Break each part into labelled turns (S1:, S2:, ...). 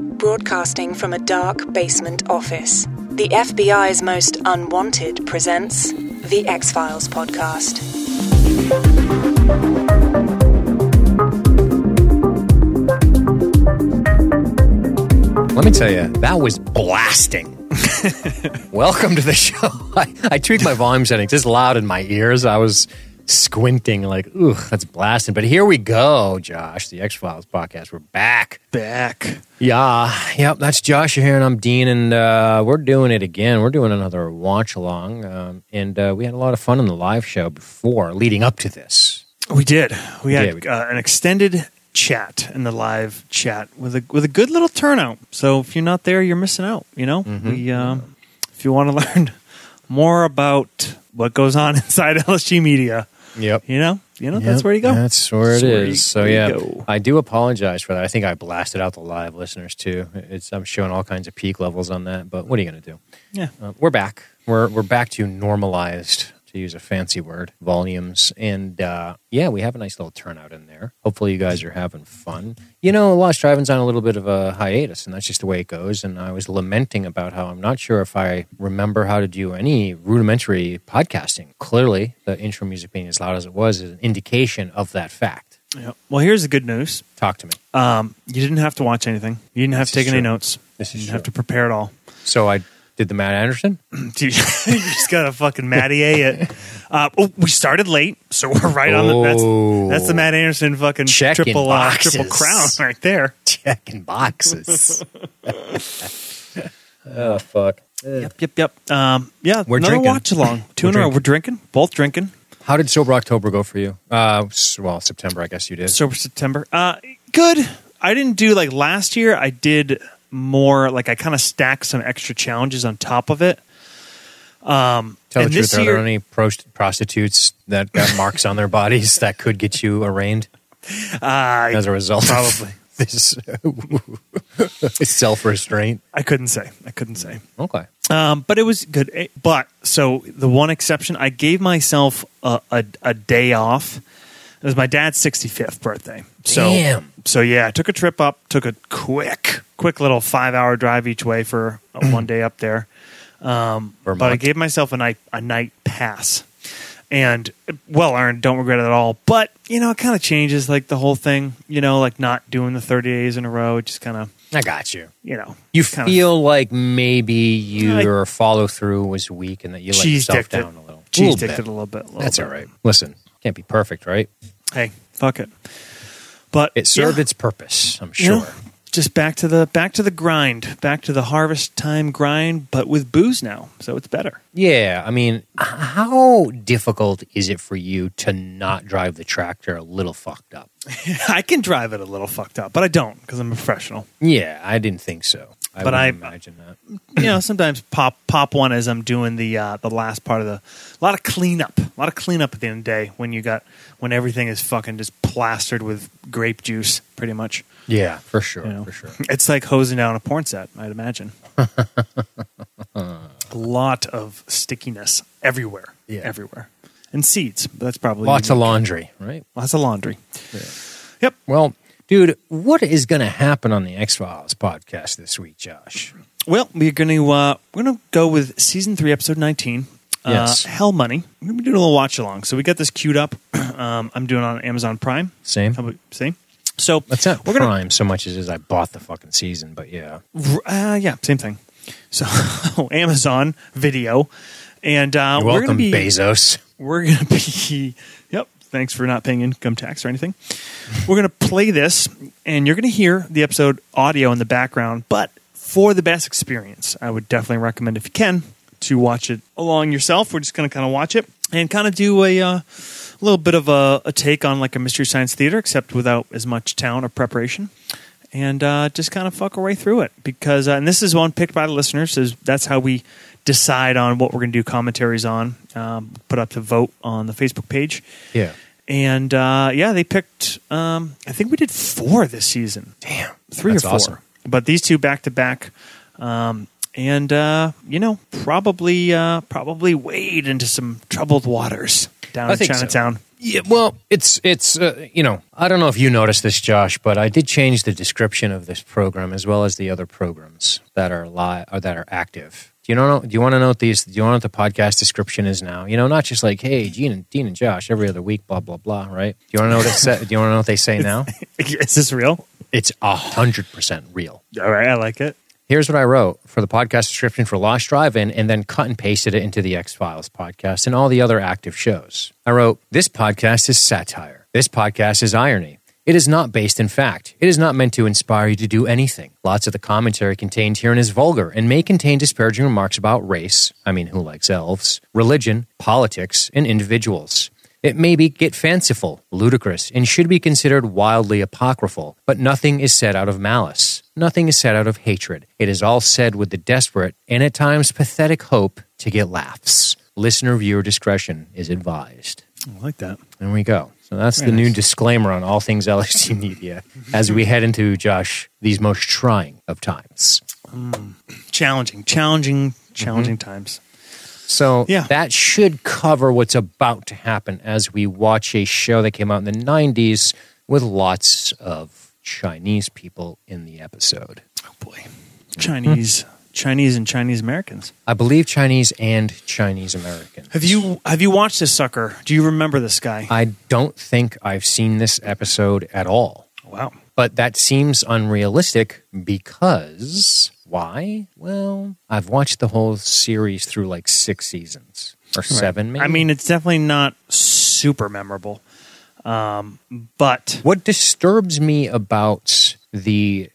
S1: broadcasting from a dark basement office. The FBI's Most Unwanted presents the X Files podcast.
S2: Let me tell you, that was blasting. Welcome to the show. I, I tweaked my volume settings. It's loud in my ears. I was squinting like, ooh, that's blasting. But here we go, Josh, the X Files podcast. We're back.
S3: back.
S2: Yeah, yep. That's Josh here, and I'm Dean, and uh, we're doing it again. We're doing another watch along, um, and uh, we had a lot of fun in the live show before, leading up to this.
S3: We did. We had
S2: did, we did.
S3: Uh, an extended chat in the live chat with a with a good little turnout. So if you're not there, you're missing out. You know,
S2: Mm-hmm.
S3: we uh, if you want to learn more about what goes on inside LSG Media,
S2: Yep.
S3: you know, you know that's where you go.
S2: That's where it is.
S3: That's where you-
S2: so
S3: where you
S2: yeah,
S3: go.
S2: I do apologize for that. I think I blasted out the live listeners too. It's I'm showing all kinds of peak levels on that, but what are you going to do?
S3: yeah.
S2: Uh, we're back. We're we're back to normalized, to use a fancy word, volumes, and uh, yeah, we have a nice little turnout in there. Hopefully, you guys are having fun. You know, Lost Driving's on a little bit of a hiatus, and that's just the way it goes. And I was lamenting about how I'm not sure if I remember how to do any rudimentary podcasting. Clearly, the intro music being as loud as it was is an indication of that fact.
S3: yeah. Well, here's the good news.
S2: Talk to me.
S3: Um, you didn't have to watch anything. You didn't have
S2: This
S3: to take
S2: is
S3: any
S2: true.
S3: notes.
S2: This is
S3: you didn't
S2: true.
S3: have to prepare at all.
S2: So I did the Matt Anderson.
S3: Dude, you just got to fucking Matty A it. Uh, oh, we started late, so we're right on the.
S2: Oh.
S3: That's, that's the Matt Anderson fucking
S2: Checking
S3: triple uh, triple
S2: boxes.
S3: crown right there.
S2: Checking boxes. oh fuck.
S3: Yep, yep, yep. Um, yeah,
S2: We're
S3: another
S2: drinking.
S3: watch along. Two
S2: We're
S3: in a row.
S2: drinking.
S3: We're drinking. Both drinking.
S2: How did Sober October go for you? Uh, s- well, September, I guess you did.
S3: Sober September. Uh, good. I didn't do like last year. I did more like I kind of stacked some extra challenges on top of it.
S2: Tell the truth,
S3: and this
S2: are there
S3: year-
S2: any prost- prostitutes that got marks on their bodies that could get you arraigned
S3: Uh,
S2: as a result? of
S3: probably.
S2: this self restraint.
S3: I couldn't say. I couldn't say.
S2: Okay.
S3: Um, but it was good. Eh, But so the one exception, I gave myself a, a, a day off. It was my dad's 65th birthday. So,
S2: Damn.
S3: so yeah, I took a trip up, took a quick, quick little five hour drive each way for a
S2: Mm.
S3: one day up there. Um,
S2: Vermont.
S3: but I gave myself a night, a night pass and well earned. Don't regret it at all. But you know, it kind of changes like the whole thing, you know, like not doing the 30 days in a row. It just kind of,
S2: I got you.
S3: you know,
S2: You
S3: kinda-
S2: feel like maybe your follow through was weak and that you let
S3: Cheese
S2: yourself
S3: dicked it.
S2: down a little.
S3: cheese
S2: Little bit.
S3: dicked it a little bit. a little
S2: That's
S3: bit.
S2: all right. Listen, can't be perfect, right?
S3: hey, fuck it. But
S2: It served
S3: yeah,
S2: its purpose, I'm
S3: you
S2: sure.
S3: know, just back to the back to the grind, back to the harvest time grind, but with booze now, so it's better.
S2: Yeah, I mean, h- how difficult is it for you to not drive the tractor a little fucked up?
S3: I can drive it a little fucked up, but I don't because I'm a professional.
S2: Yeah, I didn't think so. I
S3: But
S2: wouldn't
S3: I-
S2: imagine that.
S3: you know, sometimes pop pop one as I'm doing the uh, the last part of the a lot of cleanup, a lot of cleanup at the end of the day when you got when everything is fucking just plastered with grape juice, pretty much.
S2: Yeah, for sure,
S3: You know?
S2: for sure.
S3: It's like hosing down a porn set, I'd imagine. a lot of stickiness everywhere.
S2: Yeah.
S3: Everywhere. And seeds. but That's probably
S2: Lots of laundry, right?
S3: lots of laundry. Yep.
S2: Well, dude, what is going to happen on the X Files podcast this week, Josh?
S3: Well, we're gonna uh, we're gonna go with season three, episode nineteen.
S2: Yes.
S3: Uh, Hell Money. We're gonna be doing a little watch along. So we got this queued up. um, I'm doing it on Amazon Prime.
S2: Same.
S3: How about same? So
S2: That's not
S3: we're
S2: prime
S3: gonna
S2: so much as, as I bought the fucking season, but yeah.
S3: uh, yeah, same thing. So Amazon Video, and uh,
S2: You're
S3: we're gonna
S2: welcome,
S3: be
S2: Bezos.
S3: we're gonna be yep thanks for not paying income tax or anything we're gonna play this and you're gonna hear the episode audio in the background but for the best experience i would definitely recommend if you can to watch it along yourself we're just gonna kind of watch it and kind of do a uh, little bit of a, a take on like a mystery science theater except without as much town or preparation and uh, just kind of fuck our way through it because uh, and this is one picked by the listeners is that's how we decide on what we're going to do commentaries on um, put up the vote on the facebook page
S2: Yeah.
S3: and uh, yeah they picked um, i think we did four this season
S2: Damn.
S3: three
S2: That's
S3: or four
S2: awesome.
S3: but these two back to back Um, and uh, you know probably uh, probably wade into some troubled waters down
S2: I
S3: in
S2: think so.
S3: chinatown
S2: Yeah, well, it's it's uh, you know I don't know if you noticed this, Josh, but I did change the description of this program as well as the other programs that are live or that are active. Do you know? Do you want to know what these? Do you want to know what the podcast description is now? You know, not just like hey, Gene and Dean and Josh every other week, blah blah blah, right? Do you want to know what it sa- Do you want to know what they say now?
S3: Is this real?
S2: It's hundred percent real.
S3: All right, I like it.
S2: Here's what I wrote for the podcast description for Lost Drive In and then cut and pasted it into the X Files podcast and all the other active shows. I wrote, This podcast is satire. This podcast is irony. It is not based in fact. It is not meant to inspire you to do anything. Lots of the commentary contained herein is vulgar and may contain disparaging remarks about race I mean, who likes elves? religion, politics, and individuals. It may be get fanciful, ludicrous, and should be considered wildly apocryphal, but nothing is said out of malice. Nothing is said out of hatred. It is all said with the desperate and at times pathetic hope to get laughs. Listener viewer discretion is advised.
S3: I like that.
S2: There we go. So that's the new disclaimer on all things LSD media as we head into, Josh, these most trying of times.
S3: Challenging, challenging, challenging times.
S2: So
S3: Yeah.
S2: that should cover what's about to happen as we watch a show that came out in the 90s with lots of Chinese people in the episode.
S3: Oh boy, Chinese, Chinese, and Chinese Americans.
S2: I believe Chinese and Chinese American.
S3: Have you have you watched this sucker? Do you remember this guy?
S2: I don't think I've seen this episode at all.
S3: wow.
S2: But that seems unrealistic because why? Well, I've watched the whole series through like six seasons or seven, maybe.
S3: I mean, it's definitely not super memorable, um, but
S2: What disturbs me about the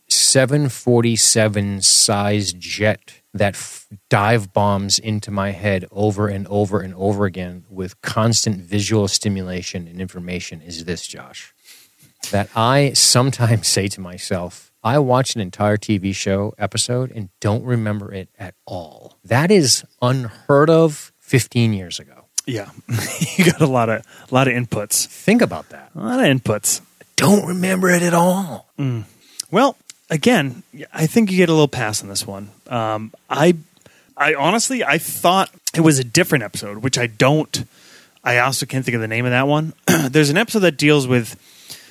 S2: 747 size jet that f- dive bombs into my head over and over and over again with constant visual stimulation and information is this, Josh. That I sometimes say to myself, I watch an entire TV show episode and don't remember it at all. That is unheard of 15 years ago.
S3: yeah, you got a lot of a lot of inputs,
S2: Think about that.
S3: a lot of inputs.
S2: Don't remember it at all.
S3: Well, again, I think you get a little pass on this one. Um, I, I honestly, I thought it was a different episode, which I don't. I also can't think of the name of that one. There's an episode that deals with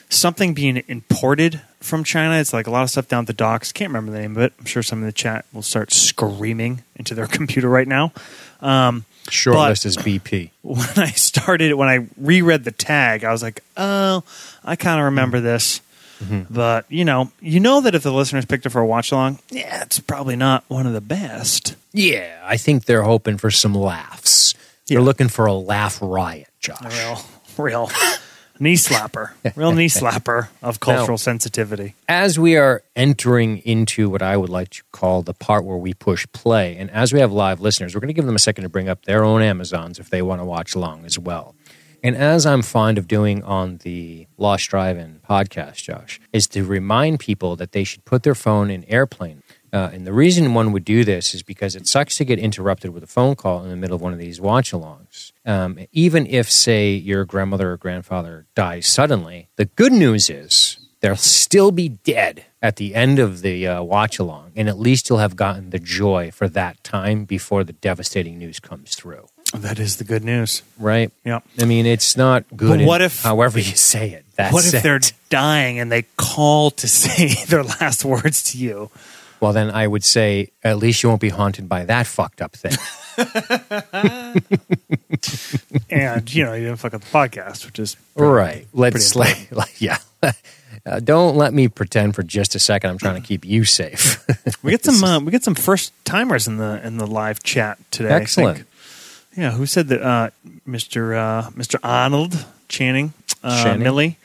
S3: something being imported from China. It's like a lot of stuff down at the docks. Can't remember the name of it. I'm sure some in the chat will start screaming into their computer right now. Um,
S2: Short
S3: But-
S2: list is BP.
S3: when I started, when I reread the tag, I was like, oh, I kind of remember this. But you know, you know that if the listeners picked it for a watch along, yeah, it's probably not one of the best.
S2: Yeah, I think they're hoping for some laughs. They're
S3: Yeah.
S2: looking for a laugh riot, Josh.
S3: Real, real knee slapper, real knee slapper of cultural
S2: Now-
S3: sensitivity.
S2: As we are entering into what I would like to call the part where we push play, and as we have live listeners, we're going to give them a second to bring up their own Amazons if they want to watch along as well. And as I'm fond of doing on the Lost Drive In podcast, Josh, is to remind people that they should put their phone in airplane. Uh, and the reason one would do this is because it sucks to get interrupted with a phone call in the middle of one of these watch alongs. Um, even if, say, your grandmother or grandfather dies suddenly, the good news is they'll still be dead at the end of the uh, watch along. And at least you'll have gotten the joy for that time before the devastating news comes through.
S3: That is the good news.
S2: Right?
S3: Yeah.
S2: I mean, it's not good.
S3: But what
S2: in
S3: if-
S2: however you say it? That's
S3: what if
S2: it.
S3: they're dying and they call to say their last words to you?
S2: Well, then I would say at least you won't be haunted by that fucked up thing.
S3: And you know, you didn't fuck up the podcast, which is
S2: right. Let's like, like yeah. Uh, don't let me pretend for just a second. I'm trying to keep you safe.
S3: We get some uh, we get some first timers in the in the live chat today. I think.
S2: Excellent.
S3: Yeah, who said that? Uh, Mr. Uh, Mr. Arnold Channing, uh,
S2: Channing. Mm-hmm,
S3: Millie.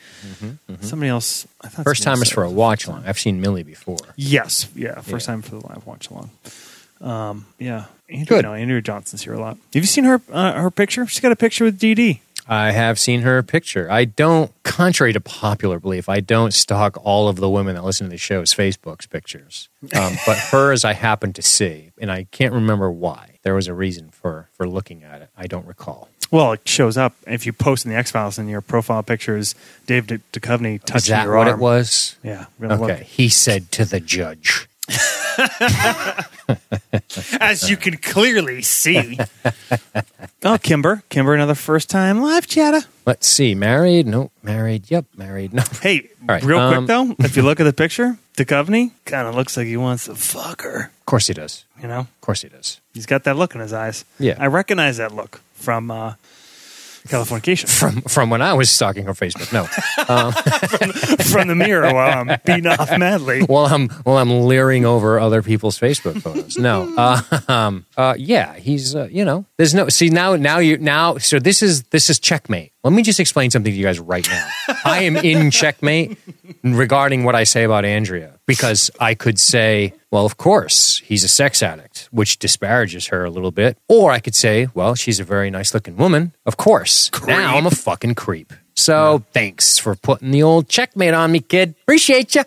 S3: Somebody else. I thought
S2: First
S3: somebody
S2: time is
S3: said-
S2: for a watch along. I've seen Millie before.
S3: Yes, yeah, first
S2: Yeah.
S3: time for the live watch along. Um, yeah, Andrew,
S2: Good.
S3: No, Andrew Johnson's here a lot. Have you seen her uh, her picture? She's got a picture with DD.
S2: I have seen her picture. I don't, contrary to popular belief, I don't stalk all of the women that listen to the show's Facebook's pictures. Um, but hers I happened to see, and I can't remember why. There was a reason for for looking at it. I don't recall.
S3: Well, it shows up if you post in the X Files and your profile picture is Dave Duchovny touching
S2: Is that
S3: your
S2: what
S3: arm.
S2: it was?
S3: Yeah, really
S2: Okay. He said to the judge.
S3: as you can clearly see. oh, Kimber. Kimber, another first time live chatter.
S2: Let's see. Married? Nope. Married? Yep. Married? No.
S3: Hey,
S2: All right,
S3: real
S2: um,
S3: quick though, if you look at the picture, Duchovny kind of looks like he wants to fuck her.
S2: Of course he does.
S3: You know,
S2: Of course he does.
S3: he's got that look in his eyes.
S2: Yeah.
S3: I recognize that look from uh, Californication,
S2: From from when I was stalking her Facebook. No.
S3: from the mirror while I'm beating off madly.
S2: while I'm while I'm leering over other people's Facebook photos. No, uh, um, uh, yeah, he's uh, you know, there's no see now now you now so this is this is checkmate. Let me just explain something to you guys right now. I am in checkmate regarding what I say about Andrea because I could say, well, of course he's a sex addict, which disparages her a little bit, or I could say, well, she's a very nice looking woman. Of course, now I'm a fucking creep. So thanks for putting the old checkmate on me, kid. Appreciate you.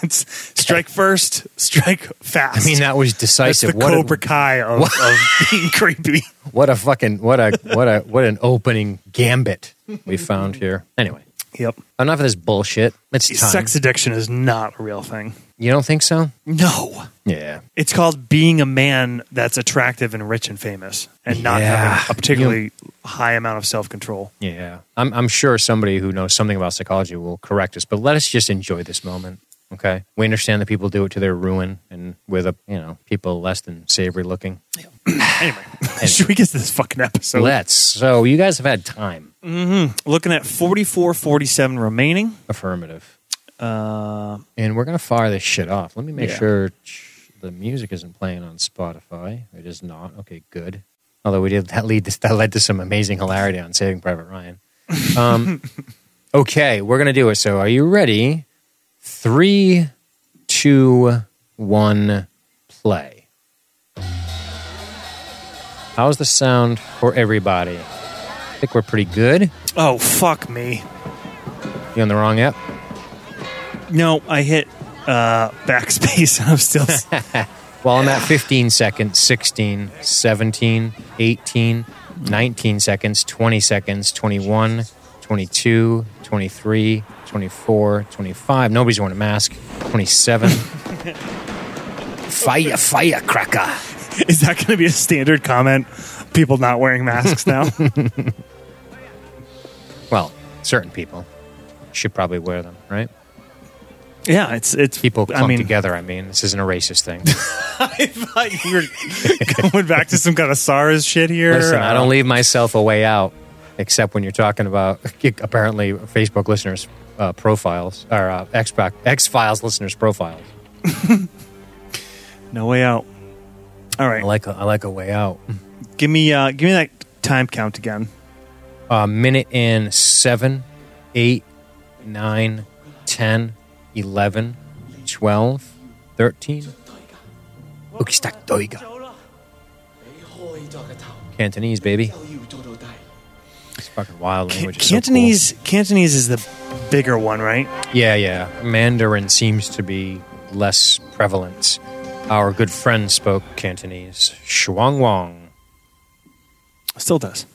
S3: It's strike first, strike fast.
S2: I mean, that was
S3: that's the
S2: decisive. What
S3: Cobra
S2: a,
S3: Kai of, of being creepy.
S2: what a fucking what a what a what an opening gambit we found here. Anyway,
S3: Yep,
S2: enough of this bullshit. It's time.
S3: sex addiction is not a real thing.
S2: you don't think so?
S3: No.
S2: Yeah.
S3: It's called being a man that's attractive and rich and famous and not
S2: Yeah.
S3: having a particularly high amount of self control.
S2: Yeah. I'm I'm sure somebody who knows something about psychology will correct us, but let us just enjoy this moment. Okay. We understand that people do it to their ruin and with a you know, people less than savory looking.
S3: Anyway, should we get to this fucking episode?
S2: Let's. So you guys have had time.
S3: Looking at 44 47 remaining.
S2: Affirmative.
S3: Uh,
S2: And we're going to fire this shit off. Let me make
S3: Yeah.
S2: sure ch- the music isn't playing on Spotify. It is not. Okay, good. Although we did that lead this, that led to some amazing hilarity on Saving Private Ryan. Um, okay, we're going to do it. So, are you ready? Three, two, one, play. How's the sound for everybody? I think we're pretty good.
S3: oh, fuck me.
S2: You on the wrong app?
S3: No, I hit uh, backspace and I'm still.
S2: Well, I'm at 15 seconds, 16, 17, 18, 19 seconds, 20 seconds, 21, 22, 23, 24, 25. Nobody's wearing a mask. 27. fire, firecracker.
S3: is that going to be a standard comment? People not wearing masks now?
S2: Well, certain people should probably wear them, right?
S3: yeah, it's. it's
S2: People clump
S3: I mean,
S2: together. I mean, this isn't a racist thing.
S3: I thought you were going back to some kind of SARS shit here.
S2: Listen, I don't
S3: Uh,
S2: leave myself a way out, except when you're talking about apparently Facebook listeners' uh, profiles or uh, Xbox X Files listeners' profiles.
S3: No way out. All right.
S2: I like a, I like a way out.
S3: Give me uh give me that time count again.
S2: Uh, minute in seven, eight, nine, ten, eleven, twelve, thirteen. Ukistak doiga. Cantonese, baby. It's fucking wild language. It's so cool.
S3: Cantonese Cantonese is the bigger one, right?
S2: Yeah, yeah. Mandarin seems to be less prevalent. Our good friend spoke Cantonese. Shuang Wang.
S3: Still does.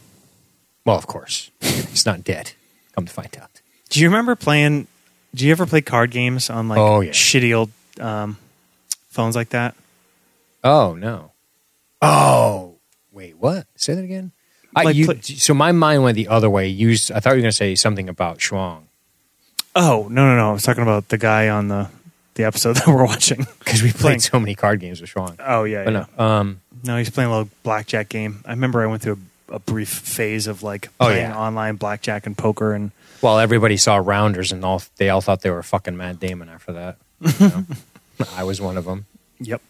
S2: Well, of course. He's not dead. Come to find out.
S3: Do you remember playing do you ever play card games on like
S2: Oh, yeah.
S3: shitty old um, phones like that?
S2: Oh, no. Oh, wait, what? Say that again? I,
S3: Like
S2: you,
S3: pla-
S2: so my mind went the other way. You, s- I thought you were going to say something about Shuang.
S3: Oh, no no no. I was talking about the guy on the the episode that we're watching.
S2: Because we
S3: Playing-
S2: played so many card games with Shuang.
S3: Oh yeah.
S2: But
S3: yeah.
S2: no. Um,
S3: No, he's playing a little blackjack game. I remember I went through a, a brief phase of like
S2: Oh,
S3: playing
S2: yeah.
S3: online blackjack and poker and
S2: well, everybody saw Rounders and all, they all thought they were fucking Matt Damon after that. you know? I was one of them.
S3: Yep.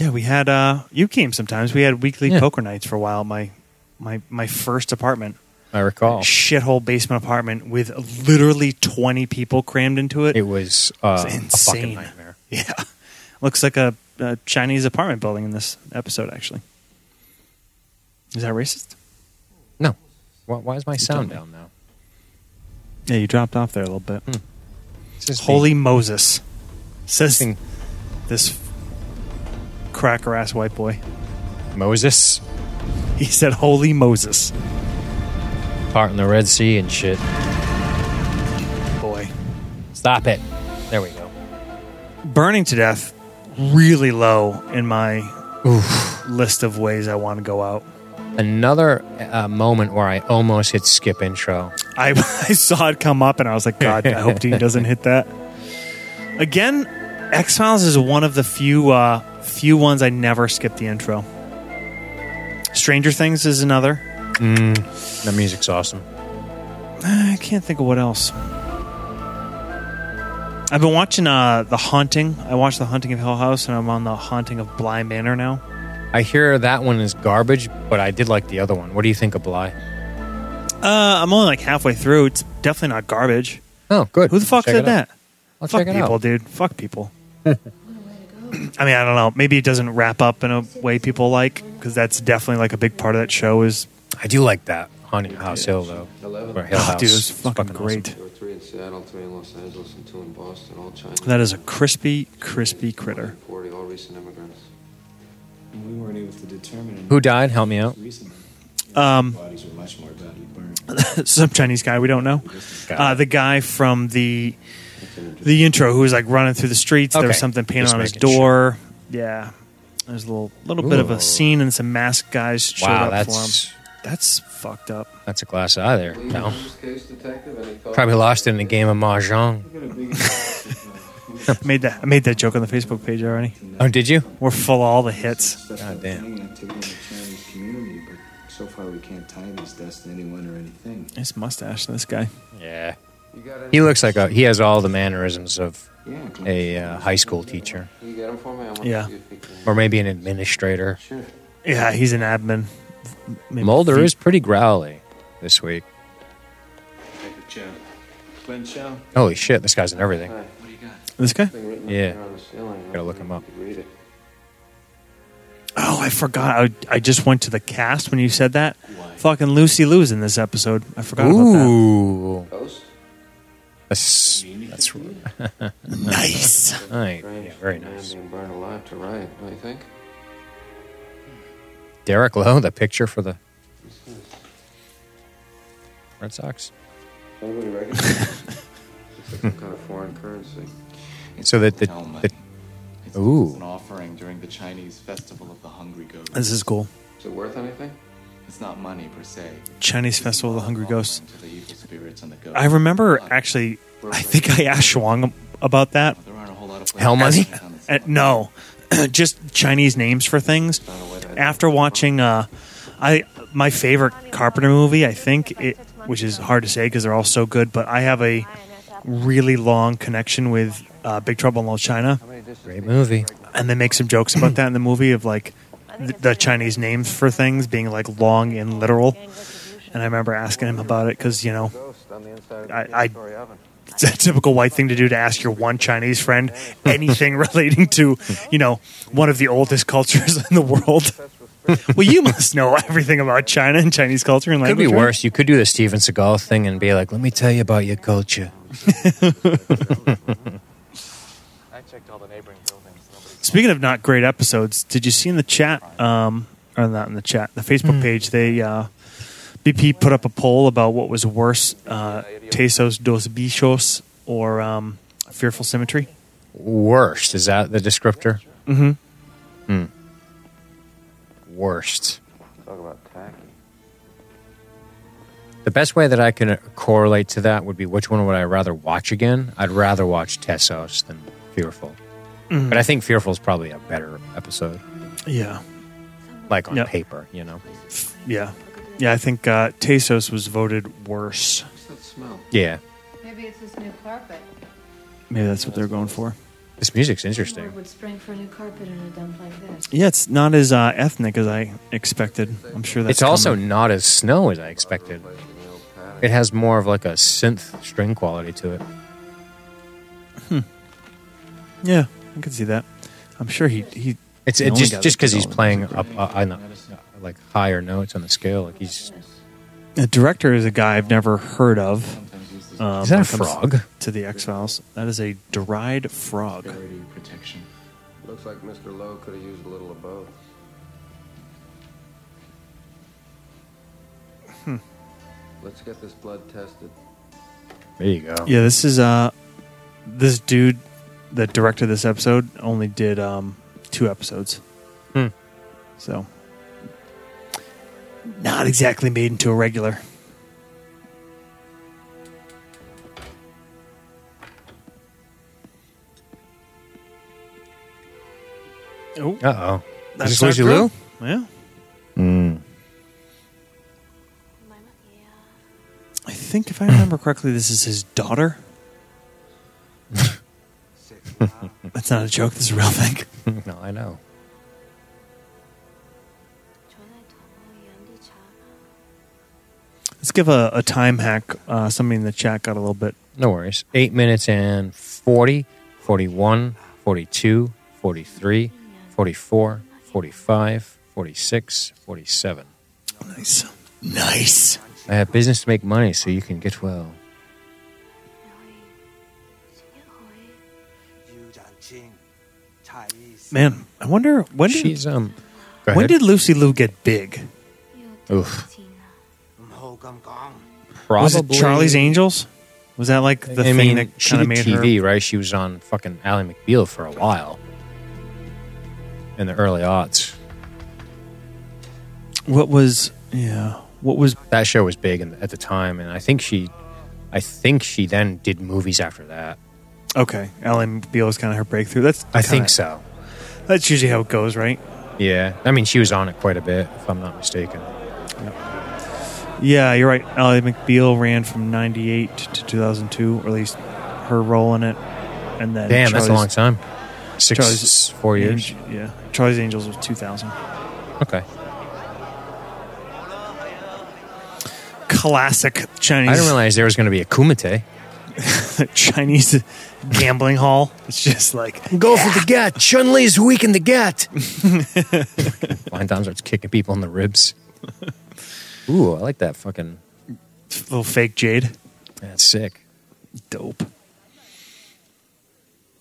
S3: Yeah, we had uh you came sometimes. We had weekly
S2: Yeah.
S3: poker nights for a while. at My my my first apartment.
S2: I recall.
S3: Shithole basement apartment with literally twenty people crammed into it.
S2: It was uh,
S3: It's
S2: a fucking
S3: insane.
S2: nightmare.
S3: yeah. Looks like a, a Chinese apartment building in this episode actually. Is that racist?
S2: No. Why, why is my sound down now?
S3: Yeah, you dropped off there a little bit.
S2: It's just
S3: Holy Moses. Says
S2: thing.
S3: this cracker ass white boy.
S2: Moses
S3: He said, Holy Moses.
S2: parting the Red Sea and shit.
S3: Boy.
S2: Stop it. There we go.
S3: burning to death really low in my list of ways I want to go out.
S2: Another uh, moment where I almost hit skip intro.
S3: I, I saw it come up and I was like, God, I hope Dean doesn't hit that. Again, X Files is one of the few uh, few ones I never skip the intro. Stranger Things is another.
S2: That music's awesome.
S3: I can't think of what else. I've been watching uh, The Haunting. I watched The Haunting of Hill House and I'm on The Haunting of Bly Manor now.
S2: I hear that one is garbage, but I did like the other one. What do you think of Bly?
S3: Uh, I'm only like halfway through. It's definitely not garbage.
S2: Oh, good.
S3: Who the fuck
S2: Check
S3: said
S2: it out.
S3: that?
S2: I'll
S3: Fuck
S2: check it
S3: people,
S2: out.
S3: dude. Fuck people. I mean, I don't know. Maybe it doesn't wrap up in a way people like because that's definitely like a big part of that show. Is
S2: I do like that. Haunted House Hill, though.
S4: Hello.
S2: Or Hill
S3: oh,
S2: House.
S3: dude, it's
S2: It's
S3: fucking,
S2: awesome.
S3: great.
S4: There were three in Seattle, three in Los Angeles, and two in Boston, all Chinese.
S3: That is a crispy, crispy critter.
S4: 40, all recent immigrants.
S5: And we weren't able to determine
S2: Who died? Help me out.
S5: recently.
S3: Um,
S5: Bodies were much more badly burned.
S3: some Chinese guy we don't know.
S2: Got
S3: Uh,
S2: it.
S3: the guy from the the intro who was like running through the streets. There was
S2: Okay.
S3: something painted
S2: Just
S3: on his
S2: making
S3: door. Yeah, there's a little little bit of
S2: Ooh.
S3: a scene and some masked guys showed
S2: wow,
S3: up
S2: that's
S3: for him. That's fucked up.
S2: that's a glass eye there.
S4: Lead
S2: No.
S4: in this case, detective, and he thought-
S2: Probably lost it in a game of mahjong.
S3: I made that I made that joke on the Facebook page already.
S2: Oh, did you?
S3: We're full of all the hits.
S2: Goddamn.
S5: Gang activity in the Chinese community, but so far we can't tie these deaths to anyone or anything.
S3: His mustache, this guy.
S2: Yeah.
S4: You got any-
S2: He looks like a. He has all the mannerisms of
S5: Yeah, it comes-
S2: a uh, high school teacher,
S4: You get him for me? I want
S3: Yeah.
S4: to see if he can.
S2: or maybe an administrator.
S4: Sure.
S3: Yeah, he's an admin. Maybe
S2: Mulder
S3: feet-
S2: is pretty growly this week.
S4: Detective Chow.
S5: Glenn Chow.
S2: Holy shit, this guy's in everything.
S4: Hi. What do you got?
S3: this guy.
S4: Something written up
S2: Yeah.
S4: there on the ceiling.
S2: Gotta look him up.
S4: You could Read it.
S3: Oh, I forgot. I, I just went to the cast when you said that. Fucking Lucy Lou's in this episode. I forgot about
S2: Ooh,
S4: Ghost?
S2: that's that's r-
S3: that. Nice.
S2: nice.
S4: Strange.
S2: Yeah, very
S4: man
S2: nice.
S4: Being burned alive to right, don't you think?
S2: Derek Lowe, the picture for the Red Sox.
S4: Anybody recognize this? Looks like some kind of foreign currency.
S2: So that the, the
S6: It's
S2: Ooh.
S6: an offering during the Chinese festival of the hungry ghost.
S3: This is cool.
S4: Is it worth anything?
S6: It's not money per se.
S3: Chinese Festival of the Hungry Ghosts.
S6: Offering To the evil spirits and the ghosts.
S3: I remember actually. I think I asked Shuang about that.
S6: There aren't a whole lot of
S2: Hell money?
S3: Uh, no, just Chinese names for things. After watching, uh, I my favorite Carpenter movie, I think, it, which is hard to say because they're all so good, but I have a really long connection with uh, Big Trouble in Little China,
S2: great movie.
S3: and they make some jokes about that in the movie of like th- the Chinese names for things being like long and literal. And I remember asking him about it because you know
S4: Ghost on the inside of
S3: I-
S4: the
S3: I-
S4: story oven.
S3: it's a typical white thing to do to ask your one Chinese friend anything relating to, you know, one of the oldest cultures in the world. well, you must know everything about China and Chinese culture and
S2: Could
S3: language.
S2: be
S3: right?
S2: worse. You could do the Steven Seagal thing and be like, "Let me tell you about your culture."
S6: I checked all the neighboring buildings.
S3: Speaking of not great episodes, did you see in the chat, um, or not in the chat, the Facebook
S2: Hmm.
S3: page, they uh, BP put up a poll about what was worse, uh, Tesos dos Bichos or um, Fearful Symmetry?
S2: Worst is that the descriptor? Hmm.
S3: Mm-hmm.
S2: Worst.
S4: Talk about tacky.
S2: The best way that I can uh, correlate to that would be which one would I rather watch again? I'd rather watch Tessos than Fearful.
S3: Hmm.
S2: But I think Fearful is probably a better episode,
S3: Mm. Yeah.
S2: like on
S3: Yep.
S2: paper, you know?
S3: Yeah. Yeah, I think uh, Tesos was voted worse.
S4: What's that smell?
S2: Yeah.
S7: Maybe it's this new carpet.
S3: Maybe that's what they're going for.
S2: This music's
S7: Lord
S2: interesting.
S7: would spring for a new carpet in a dump like this.
S3: Yeah, it's not as uh, ethnic as I expected. I'm sure that's
S2: It's also
S3: coming.
S2: not as snow as I expected.
S4: The old pattern.
S2: It has more of like a synth string quality to it.
S3: yeah. I could see that. I'm sure he he.
S2: It's
S3: The
S2: it
S3: only
S2: just
S3: guy
S2: just
S3: that
S2: because
S3: did
S2: he's
S3: all that
S2: playing up uh, on the- like higher notes on the scale. Like he's
S3: The director is a guy I've never heard of. Um,
S2: is that
S3: when
S2: a
S3: it comes
S2: frog?
S3: To the X Files. That is a dried frog.
S6: protection.
S4: Looks like Mr. Lowe could have used a little of both. Let's get this blood tested.
S2: There you go.
S3: Yeah, this is uh, this dude that directed this episode only did um, two episodes.
S2: Hmm.
S3: So, not exactly made into a regular. Oh,
S2: Uh oh.
S3: that's
S2: Is this
S3: not
S2: Lucy
S3: true.
S2: Liu?
S3: Yeah. I think if I remember correctly, this is his daughter. That's not a joke. This is a real thing.
S2: no, I know.
S3: Let's give a, a time hack. Uh, somebody in the chat got a little bit.
S2: No worries. Eight minutes and 40, 41, 42, 43, 44, 45, 46, 47.
S3: Nice. Nice.
S2: I have business to make money so you can get well.
S3: Man, I wonder when did,
S2: She's, um, go
S3: when
S2: ahead.
S3: did Lucy Liu get big?
S2: Oof.
S3: Was it Charlie's Angels? Was that like the
S2: I
S3: thing
S2: mean,
S3: that
S2: she
S3: kind
S2: did
S3: of made
S2: TV,
S3: her?
S2: right? She was on fucking Ally McBeal for a while in the early aughts.
S3: What was? Yeah. What was?
S2: That show was big in, at the time, and I think she, I think she then did movies after that.
S3: Okay. Ellen Beale was kind of her breakthrough. That's
S2: I
S3: kinda-
S2: think so.
S3: That's usually how it goes, right?
S2: Yeah, I mean, she was on it quite a bit, if I'm not mistaken.
S3: Yeah, you're right. Ally McBeal ran from '98 to 2002, or at least her role in it. And then
S2: Damn, that's a long
S3: Charlie's-
S2: time. Six,
S3: Charlie's-
S2: four years.
S3: Yeah, Charlie's Angels was 2000.
S2: Okay.
S3: Classic Chinese.
S2: I didn't realize there was going to be a kumite.
S3: Chinese gambling hall. It's just like
S2: Go for the gut. Chun Li's weak in the gut. Blind Tom starts kicking people in the ribs. Ooh, I like that fucking.
S3: little fake Jade.
S2: That's sick.
S3: Dope.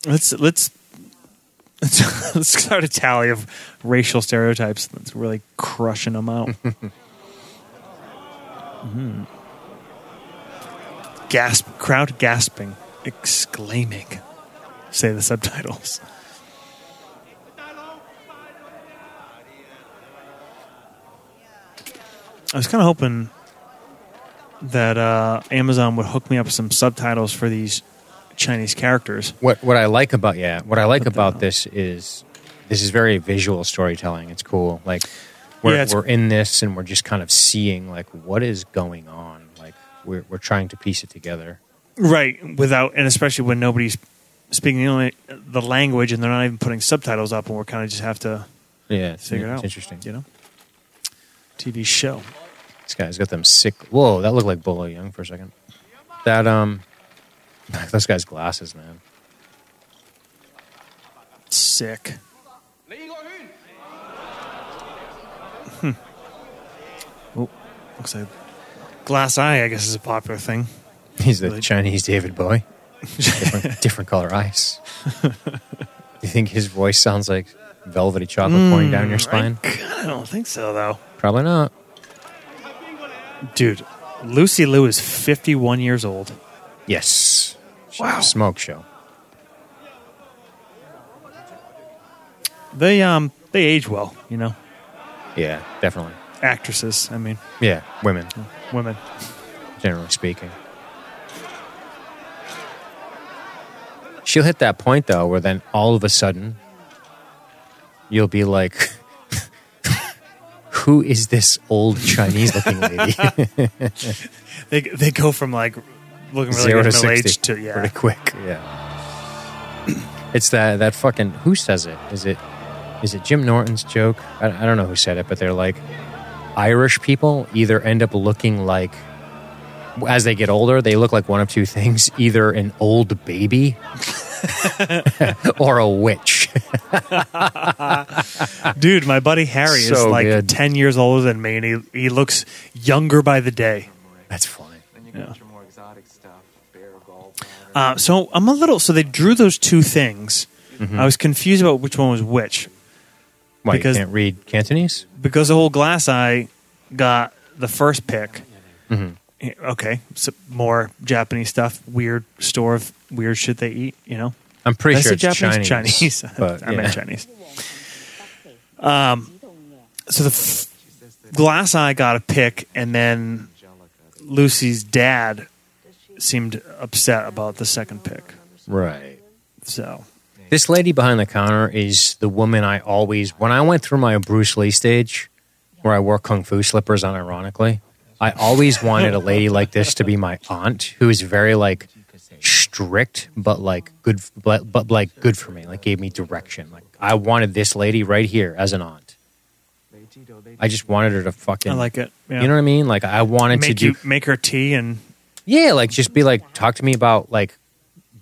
S3: Let's let's let's, let's start a tally of racial stereotypes. That's really crushing them out. Mhm. Gasp! Crowd gasping, exclaiming. Say the subtitles. I was kind of hoping that uh, Amazon would hook me up with some subtitles for these Chinese characters.
S2: What what I like about yeah, what I like
S3: Something
S2: about
S3: else.
S2: this is this is very visual storytelling. It's cool. Like we're
S3: Yeah, it's-
S2: we're in this and we're just kind of seeing like what is going on. Like we're we're trying to piece it together.
S3: Right, without and especially when nobody's speaking the, only, the language and they're not even putting subtitles up, and we're kind of just have to
S2: Yeah, it's,
S3: figure it
S2: it's
S3: out.
S2: interesting.
S3: you know. TV show.
S2: This guy's got them sick. Whoa, that looked like Bolo Young for a second. That um, this guy's glasses, man.
S3: Sick. Hmm. Oh, looks like glass eye. I guess is a popular thing.
S2: He's the
S3: Really?
S2: Chinese David Bowie. different, different color eyes. you think his voice sounds like velvety chocolate
S3: Mm,
S2: pouring down your spine?
S3: I don't think so though,
S2: Probably not.
S3: dude. Lucy Liu is fifty-one years old.
S2: Yes.
S3: Wow.
S2: Smoke show.
S3: They um they age well, you know.
S2: Yeah, definitely.
S3: Actresses, I mean,
S2: Yeah, women,
S3: women.
S2: generally speaking. She'll hit that point though, where then all of a sudden, you'll be like, "Who is this old Chinese-looking lady?"
S3: They they go from like looking really
S2: Zero
S3: good
S2: to
S3: middle
S2: sixty
S3: aged to yeah.
S2: pretty quick. Yeah. it's that that fucking who says it? Is it is it Jim Norton's joke? I, I don't know who said it, but they're like Irish people either end up looking like as they get older, they look like one of two things: either an old baby or a witch.
S3: Dude, my buddy Harry is
S2: So
S3: like
S2: good.
S3: ten years older than me, and he he looks younger by the day.
S2: That's funny.
S6: Then you got your more exotic stuff. Bear gallbladder.
S3: Uh, so I'm a little so they drew those two things.
S2: Mm-hmm.
S3: I was confused about which one was which
S2: Why
S3: Because-
S2: you can't read Cantonese?
S3: because the whole glass eye got the first pick.
S2: Mm-hmm.
S3: Eh, Okay, so more Japanese stuff, weird store of weird shit they eat, you know.
S2: I'm pretty
S3: Did I
S2: sure
S3: say
S2: it's
S3: Japanese,
S2: Chinese. but,
S3: I
S2: yeah.
S3: meant Chinese. Um, so the f- glass eye got a pick, and then Lucy's dad seemed upset about the second pick.
S2: Right.
S3: So
S2: This lady behind the counter is the woman I always, when I went through my Bruce Lee stage, where I wore kung fu slippers unironically, I always wanted a lady like this to be my aunt, who is very like strict, but like good, but, but like good for me, like gave me direction. Like I wanted this lady right here as an aunt. I just wanted her to fucking
S3: I like it. Yeah.
S2: You know what I mean? Like I wanted to
S3: make
S2: do
S3: you make her tea and
S2: yeah, like just be like, talk to me about like,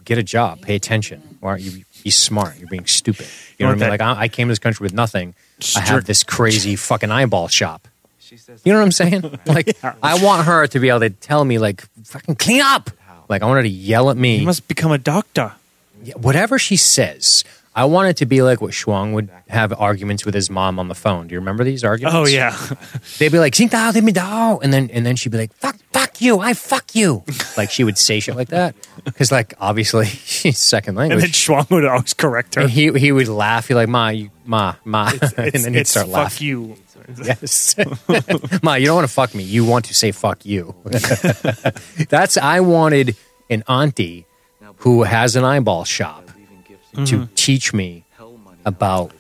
S2: get a job, pay attention. Why aren't you be smart? You're being stupid. You know what I mean?
S3: want
S2: Like
S3: that-
S2: I, I came to this country with nothing. I
S3: Strict-
S2: have this crazy fucking eyeball shop.
S6: She says,
S2: You know what I'm saying? Like I want her to be able to tell me like, fucking clean up. Like I want her to yell at
S3: you
S2: me.
S3: must become a doctor.
S2: Yeah, Whatever she says. I want it to be like what Shuang would have arguments with his mom on the phone. Do you remember these arguments?
S3: Oh yeah,
S2: they'd be like, "Sing dao, ding me dao," and then and then she'd be like, "Fuck, fuck you, I fuck you." Like she would say shit like that because, like, obviously she's second
S3: and then
S2: language.
S3: Schwang would always correct her.
S2: And he he would laugh. He'd like, "Ma, you, ma, ma," and
S3: It's-
S2: then he'd
S3: it's
S2: start
S3: fuck
S2: laughing.
S3: you.
S2: Yes, ma, you don't want to fuck me. You want to say fuck you. That's I wanted an auntie who has an eyeball shop to
S3: Mm-hmm.
S2: teach me about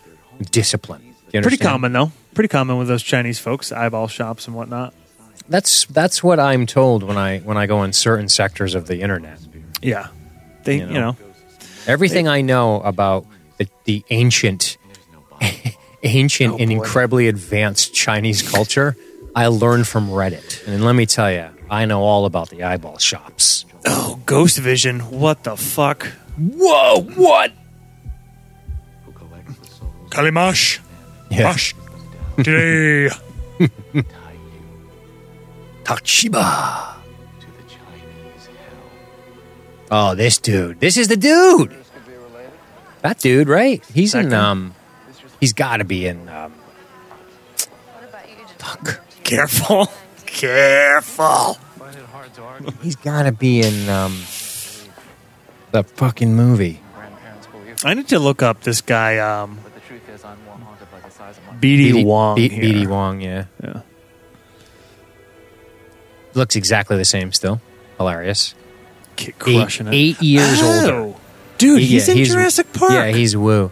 S2: discipline. Do you
S3: Pretty
S2: understand?
S3: common though. Pretty common with those Chinese folks, eyeball shops and whatnot.
S2: That's that's what I'm told when I when I go in certain sectors of the internet.
S3: Yeah, they
S2: You know.
S3: you know
S2: Everything I know about the, the ancient, ancient and incredibly advanced Chinese culture, I learned from Reddit. And let me tell you, I know all about the eyeball shops.
S3: Oh, Ghost Vision. What the fuck?
S2: Whoa! What?
S6: who collects the souls
S3: Kalimash.
S2: Yeah.
S3: Rush. Today.
S6: tie you
S2: Takshiba.
S6: to the Chinese hell.
S2: Oh, this dude. This is the dude. That dude, right? He's in um, he's got to be in um. Fuck.
S3: Careful. Careful.
S6: Find it hard to argue
S2: He's got to be in um. The fucking movie.
S6: grandparents believe,
S3: I need to look up this guy, um,
S6: but the truth is I'm more haunted by the size of my
S3: BD, Wong.
S2: B-
S3: here.
S2: BD Wong, yeah.
S3: Yeah.
S2: Looks exactly the same still. Hilarious.
S3: Ki-
S2: Eight-
S3: crushing it.
S2: Eight years
S3: Oh.
S2: older.
S3: Dude,
S2: He-
S3: he's
S2: yeah,
S3: in Jurassic Park.
S2: Yeah, he's woo.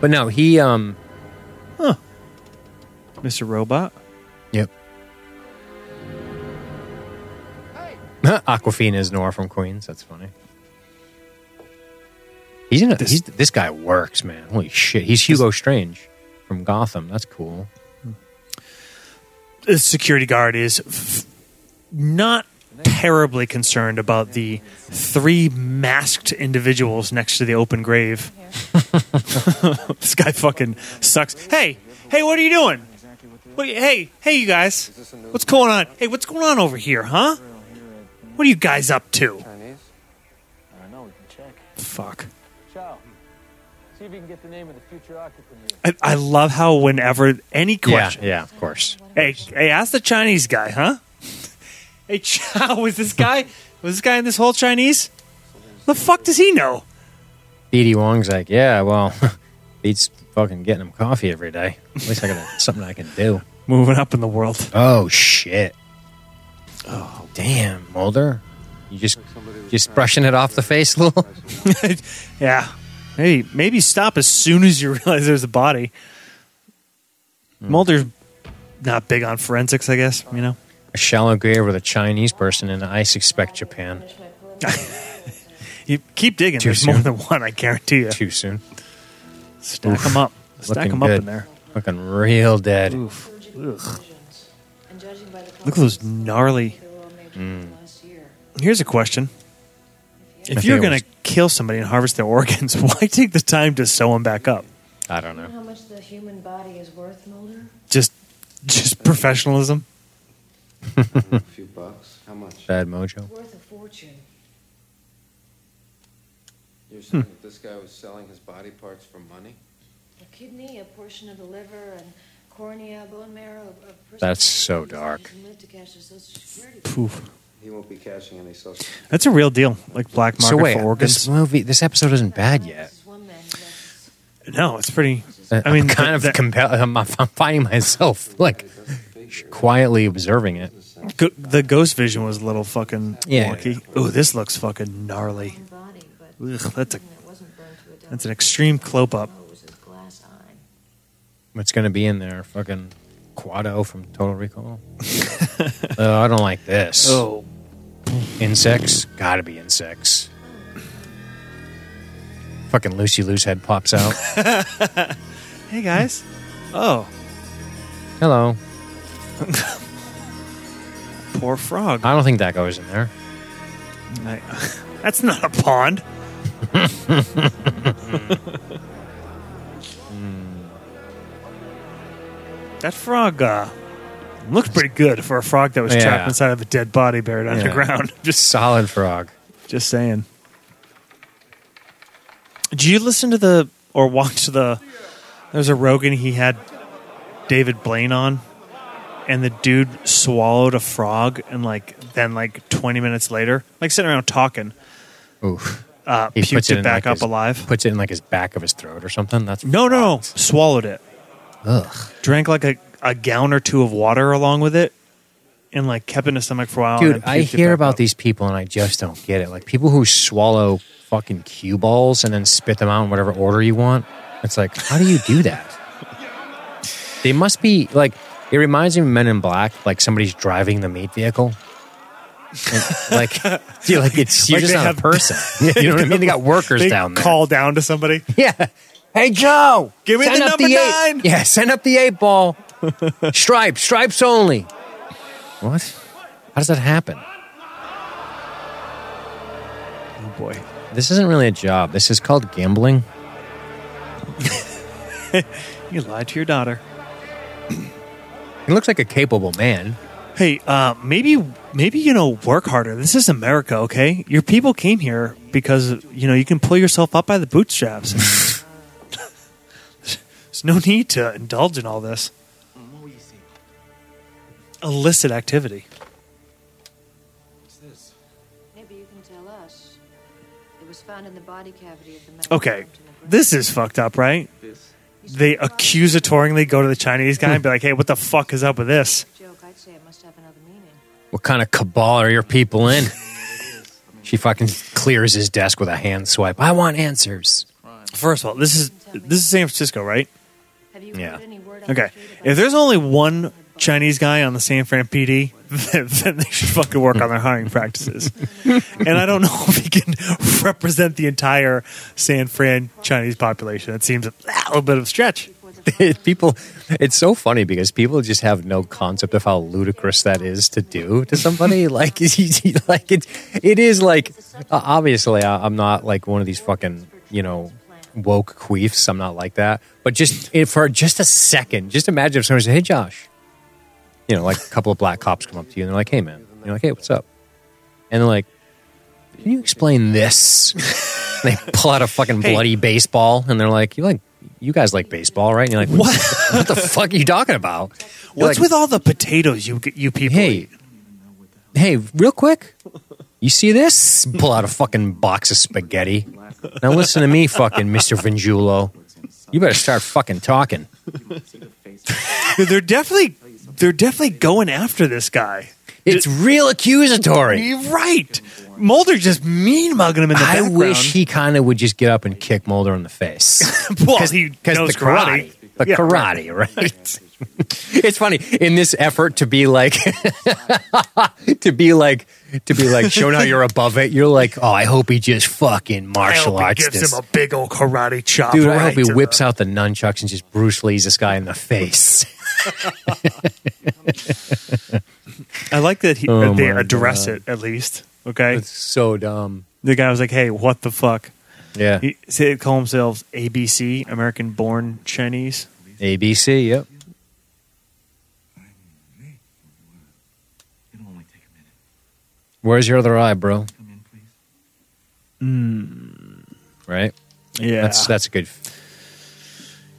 S2: But no, he um
S3: Mr. Robot.
S2: Yep. Aquafina is Nora from Queens. That's funny. He's in a, this, he's, this guy works, man. Holy shit. He's Hugo Strange from Gotham. That's cool.
S3: The security guard is f- not terribly concerned about the three masked individuals next to the open grave. this guy fucking sucks. Hey, hey, what are you doing? What are you, hey, hey, you guys. What's going on? Hey, what's going on over here, huh? What are you guys up to?
S4: Chinese?
S6: I don't know, we can check.
S3: Fuck.
S6: Chow, see if you can get the name of the future occupant here.
S3: I, I love how whenever any question,
S2: Yeah, yeah, of course.
S3: Hey, hey, ask the Chinese guy, huh? hey, Chow, was this guy was this guy in this whole Chinese? The fuck does he know?
S2: BD Wong's like, yeah, well, beats fucking getting him coffee every day. At least I got something I can do.
S3: Moving up in the world.
S2: Oh shit! Oh damn, Mulder, you just just brushing it off the face a little.
S3: yeah. Hey, maybe stop as soon as you realize there's a body.
S2: Hmm.
S3: Mulder's not big on forensics, I guess. You know,
S2: A shallow grave with a Chinese person, and I suspect Japan.
S3: you keep digging.
S2: Too
S3: there's
S2: soon.
S3: more than one. I guarantee you.
S2: Too soon.
S3: Stack them up. Stack
S2: Looking
S3: them up
S2: good.
S3: in there.
S2: Looking real dead.
S3: Oof. Ugh.
S7: And judging by the
S3: Look at those gnarly.
S7: they were all made within the last year.
S3: Here's a question.
S2: My
S3: If you're
S2: favorite
S3: going to kill somebody and harvest their organs, why take the time to sew them back up?
S2: I don't
S7: You know
S2: know.
S7: how much the human body is worth, Mulder?
S3: Just just professionalism?
S2: Hmm.
S4: A few bucks. How much?
S2: Bad mojo.
S7: Worth a fortune.
S4: You're saying that this guy was selling his body parts for money?
S7: A kidney, a portion of the liver, and cornea, bone marrow. A person's
S2: That's so
S7: body is
S2: dark.
S7: used to live to cash their social security.
S3: Poof.
S4: He won't be catching any suspects.
S3: That's a real deal, like black market
S2: So wait,
S3: for organs.
S2: this movie, this episode isn't bad yet.
S7: This is one man who left
S3: no, it's pretty.
S2: I
S3: I mean,
S2: am kind
S3: the-
S2: of
S3: the-
S2: compelled. I'm, I'm finding myself like quietly observing it.
S3: Go- the ghost vision was a little fucking
S2: Yeah,
S3: wonky. Ooh, this looks fucking gnarly.
S7: his own body, but
S3: Ugh, that's a
S7: something that wasn't burned to a dump.
S3: that's an extreme clope up.
S7: Oh, it was his glass eye.
S2: What's going to be in there? Fucking Quado from Total Recall. oh, I don't like this.
S3: Oh,
S2: Insects? Gotta be insects. Fucking Lucy Loose head pops out.
S3: hey guys. Oh,
S2: Hello.
S3: poor frog.
S2: I don't think that goes in there.
S3: I- that's not a pond. that frog uh, looked pretty good for a frog that was
S2: Yeah.
S3: trapped inside of a dead body buried
S2: Yeah.
S3: underground.
S2: Just solid frog.
S3: Just saying. Did you listen to the or watch the? There's a Rogan he had David Blaine on, and the dude swallowed a frog, and like then like 20 minutes later, like sitting around talking,
S2: Oof.
S3: uh,
S2: He puts
S3: puked
S2: it
S3: it
S2: in,
S3: back
S2: like,
S3: up
S2: his-
S3: alive.
S2: Puts it in like his back of his throat or something. That's
S3: No, no, no,
S2: fucked.
S3: swallowed it.
S2: Ugh.
S3: Drank like a, a gallon or two of water along with it, and like kept it in his stomach for a while.
S2: Dude,
S3: and then
S2: I
S3: puked it
S2: hear
S3: back
S2: about
S3: up.
S2: these people and I just don't get it. Like people who swallow fucking cue balls and then spit them out in whatever order you want. It's like, how do you do that? they must be like. It reminds me of Men in Black, like somebody's driving the meat vehicle. And, like, dude, like it's you're just
S3: Like they
S2: not
S3: have-
S2: a person. you know what I mean? They got workers
S3: They
S2: down there.
S3: call down to somebody.
S2: Yeah. Hey Joe,
S3: Give me
S2: send
S3: the
S2: up
S3: number
S2: eight.
S3: nine.
S2: Yeah, send up the eight ball. stripes, stripes only. What? How does that happen?
S3: Oh boy.
S2: This isn't really a job. This is called gambling.
S3: You lied to your daughter.
S2: He looks like a capable man.
S3: Hey, uh, maybe maybe you know work harder. This is America, okay? Your people came here because you know you can pull yourself up by the bootstraps. There's no need to indulge in all this illicit activity.
S7: Maybe you can tell us. It was found in the body cavity of the man.
S3: Okay,
S7: trapped in the ground.
S3: this is fucked up, right? They accusatorily go to the Chinese guy and be like, "Hey, what the fuck is up with this?"
S7: joke. I'd say it must have another meaning.
S2: What kind of cabal are your people in? she fucking clears his desk with a hand swipe. I want answers.
S3: First of all, this is this is San Francisco, right?
S7: Have you
S2: Yeah.
S7: heard any word on
S3: Okay.
S7: the street about
S3: If there's only one Chinese guy on the San Fran PD, then, then they should fucking work on their hiring practices. and I don't know if he can represent the entire San Fran Chinese population. It seems a little bit of a stretch.
S7: before the fire?
S2: people, it's so funny because people just have no concept of how ludicrous that is to do to somebody. like, like it, it is like uh, obviously I, I'm not like one of these fucking you know woke queefs. I'm not like that. But just if for just a second, just imagine if somebody said, "Hey, Josh," you know, like a couple of black cops come up to you and they're like, "Hey, man," and you're like, "Hey, what's up?" And they're like, "Can you explain this?" And they pull out a fucking
S3: Hey.
S2: bloody baseball and they're like, "You like." You guys like baseball, right? And you're like,
S3: What?
S2: what the fuck are you talking about? You're
S3: What's
S2: like,
S3: with all the potatoes you you people
S2: Hey,
S3: eat?
S2: hey, real quick. You see this? Pull out a fucking box of spaghetti. Now listen to me, fucking Mr. Vinjulo. You better start fucking talking.
S3: Dude, They're definitely they're definitely going after this guy.
S2: It's real accusatory.
S3: You're right. Mulder just mean mugging him in the
S2: I
S3: background.
S2: wish he kind of would just get up and kick Mulder in the face.
S3: well, he knows
S2: the karate. The
S3: Yeah, right.
S2: karate, right? it's funny in this effort to be like, to be like, to be like, showing how you're above it. You're like, oh, I hope he just fucking
S3: I hope
S2: martial
S3: he
S2: arts
S3: gives
S2: this.
S3: him a big old karate chop.
S2: Dude,
S3: right
S2: I hope he
S3: to the-
S2: whips out the nunchucks and just Bruce Lee's this guy in the face.
S3: I like that he,
S2: Oh
S3: they
S2: my
S3: address it at least. Okay,
S2: It's so dumb.
S3: the guy was like, "Hey, what the fuck?"
S2: Yeah.
S3: He, say they call themselves ABC, American Born Chinese.
S2: ABC, yep.
S8: It'll only take a minute.
S2: Where's your other eye, bro?
S8: Come in, please.
S2: Hmm. Right?
S3: Yeah,
S2: That's that's a good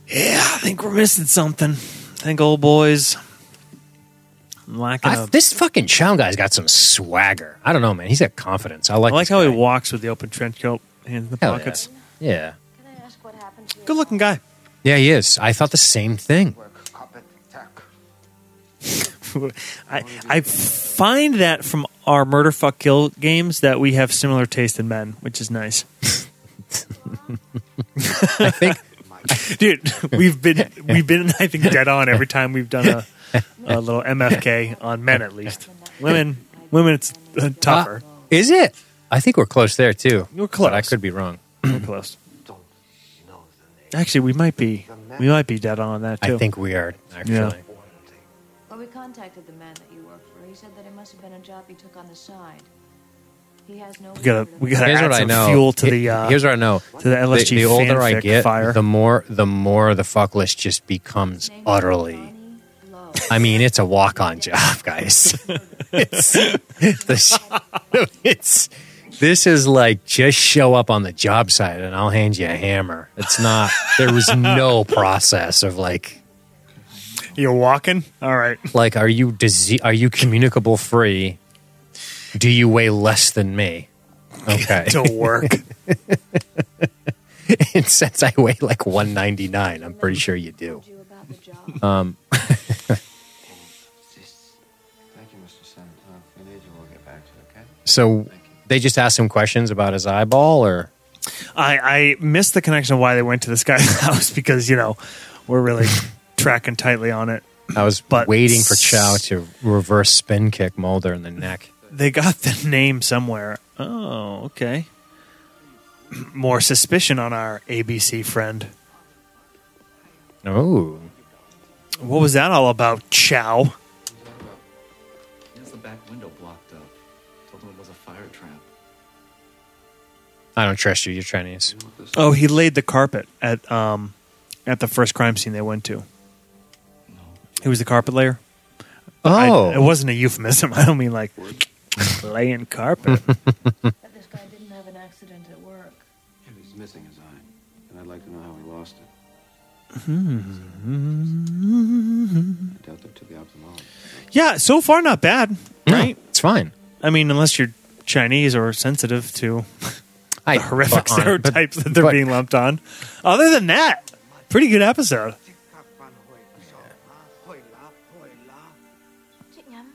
S3: yeah. I think we're missing something. I think old boys lacking.
S2: I,
S3: a-
S2: this fucking Chow guy's got some swagger. I don't know, man. He's got confidence. I like.
S3: I like
S2: this
S3: how he
S2: guy.
S3: walks with the open trench coat, hands in the
S2: Hell
S3: pockets.
S2: Yeah.
S7: Can I ask what happened to you?
S3: Good looking guy.
S2: yeah, he is. I thought the same thing.
S3: I, I find that from our murder fuck kill games that we have similar taste in men, which is nice.
S2: I think.
S3: Dude, we've been we've been I think dead on every time we've done a, a little MFK on men at least. Women, women, it's uh, tougher.
S2: Uh, is it? I think we're close there too.
S3: We're close.
S2: But I could be wrong.
S3: We're close. Actually, we might be we might be dead on that too.
S2: I think we are actually.
S3: Yeah.
S7: Well, we contacted the man that you work for. He said that it must have been a job he took on the side. He has no.
S3: we gotta we gotta
S2: Here's
S3: add
S2: what I
S3: some
S2: know.
S3: fuel to
S2: He-
S3: the uh,
S2: Here's what I know.
S3: to the LSG
S2: the, the older I
S3: fanfic
S2: get,
S3: fire.
S2: the more the more the fuck list just becomes utterly. I mean, it's a walk on job, guys. it's, this, it's this is like just show up on the job site and I'll hand you a hammer. It's not. There was no process of like
S3: You're walking. All right.
S2: like are you dise- are you communicable free? Do you weigh less than me? Okay.
S3: to work.
S2: and since I weigh like 199, I'm pretty sure you do.
S7: You about the job.
S3: Uh.
S2: Um,
S4: Thank you, Mr. Santon. If we need you, we'll get back to you, okay?
S2: so they just asked him questions about his eyeball, or
S3: I, I missed the connection of why they went to this guy's house because, you know, we're really tracking tightly on it.
S2: I was
S3: But-
S2: waiting for Chow to reverse spin kick Mulder in the neck.
S3: They got the name somewhere. Oh, okay. More suspicion on our ABC friend.
S2: Oh,
S3: What was that all about, Chow?
S8: He has the back window blocked up. Told him it was a fire trap.
S2: I don't trust you. You're Chinese.
S3: Oh, he laid the carpet at um at the first crime scene they went to. He was the carpet layer. I- it
S2: Oh,
S3: wasn't a euphemism. I don't mean like laying carpet.
S7: But this guy didn't have an accident at work.
S4: He's missing his eye, and I'd like to know how he lost it. I doubt they took the ophthalmologist.
S3: yeah, so far not bad, right?
S2: no, it's fine.
S3: I mean, unless you're Chinese or sensitive to
S2: I
S3: the horrific
S2: but on-
S3: stereotypes
S2: but-
S3: that they're
S2: but-
S3: being lumped on. Other than that, pretty good episode.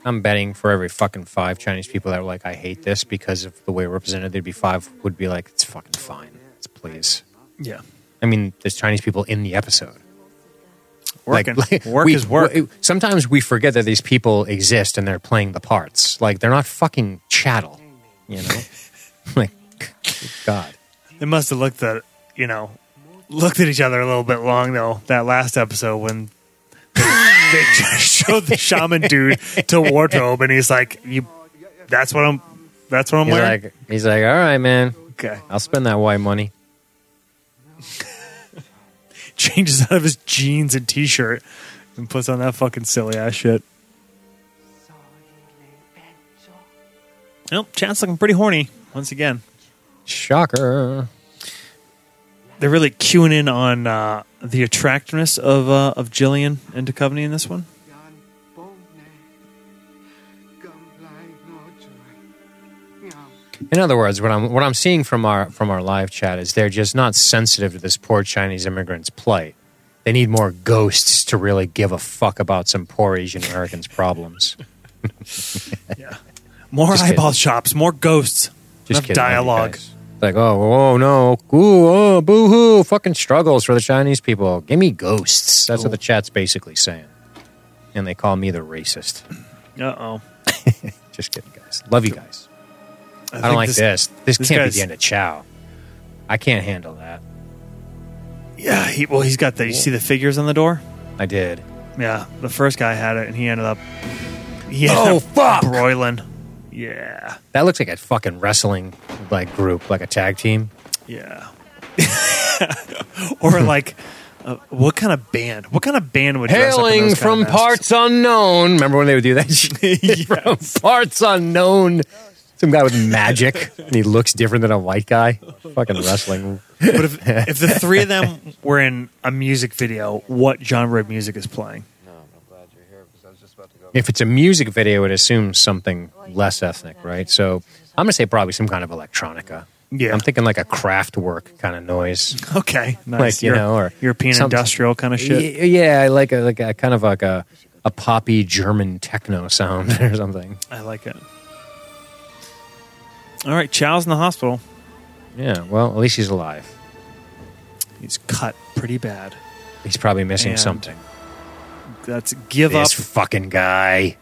S2: I'm betting for every fucking five Chinese people that were like, "I hate this" because of the way we're presented, there'd be five would be like, "It's fucking fine. It's please."
S3: Yeah,
S2: I mean, there's Chinese people in the episode.
S3: working.
S2: Like, like,
S3: work
S2: we-
S3: is work.
S2: we- sometimes we forget that these people exist and they're playing the parts. Like they're not fucking chattel, you know. like God,
S3: they must have looked at you know looked at each other a little bit long though. That last episode when they, they just showed the shaman dude to wardrobe and he's like, "You, that's what I'm. That's what I'm
S2: he's
S3: wearing."
S2: like, he's like, all right, man,
S3: okay,
S2: I'll spend that white money.
S3: changes out of his jeans and t-shirt and puts on that fucking silly ass shit. Nope, chat's looking pretty horny once again.
S2: Shocker.
S3: They're really cueing in on uh, the attractiveness of uh, of Jillian and Duchovny in this one.
S2: In other words, what I'm what I'm seeing from our from our live chat is they're just not sensitive to this poor Chinese immigrant's plight. They need more ghosts to really give a fuck about some poor Asian Americans' problems.
S3: More
S2: Just
S3: eyeball shops, more ghosts,
S2: just
S3: enough
S2: kidding, love you
S3: dialogue.
S2: guys. Like, oh, oh no, ooh, oh, boo hoo, fucking struggles for the Chinese people. Give me ghosts. That's what the chat's basically saying. And they call me the racist.
S3: Uh oh,
S2: Just kidding, guys. Love you guys. I, don't like this. This,
S3: this
S2: can't be
S3: guy's-
S2: the end of Chow. I can't handle that.
S3: Yeah, he, well, he's got the. You see the figures on the door?
S2: I did.
S3: Yeah, the first guy had it, and he ended up. He ended
S2: Oh,
S3: up
S2: fuck!
S3: Broiling. Yeah,
S2: That looks like a fucking wrestling like group, like a tag team.
S3: yeah. or like, uh, what kind of band? What kind of band would dress up in those
S2: Hailing
S3: kind
S2: from
S3: of masks?
S2: parts unknown. Remember when they would do that? shit? From parts unknown. Some guy with magic, and he looks different than a white guy. Fucking wrestling.
S3: But if, if the three of them were in a music video, what genre of music is playing?
S4: No, I'm glad you're here because I was just about to go
S2: If it's a music video, it assumes something less ethnic, right? So I'm gonna say probably some kind of electronica.
S3: Yeah.
S2: I'm thinking like a craft work kind of noise.
S3: Okay, nice.
S2: Like, you
S3: Euro-
S2: know, or
S3: European
S2: something-
S3: industrial kind of shit.
S2: Y- yeah, I like a like a kind of like a a poppy German techno sound or something.
S3: I like it. All right, Chow's in the hospital.
S2: Yeah, well, at least he's alive.
S3: He's cut pretty bad.
S2: He's probably missing
S3: And
S2: something.
S3: That's give
S2: This
S3: up.
S2: fucking guy.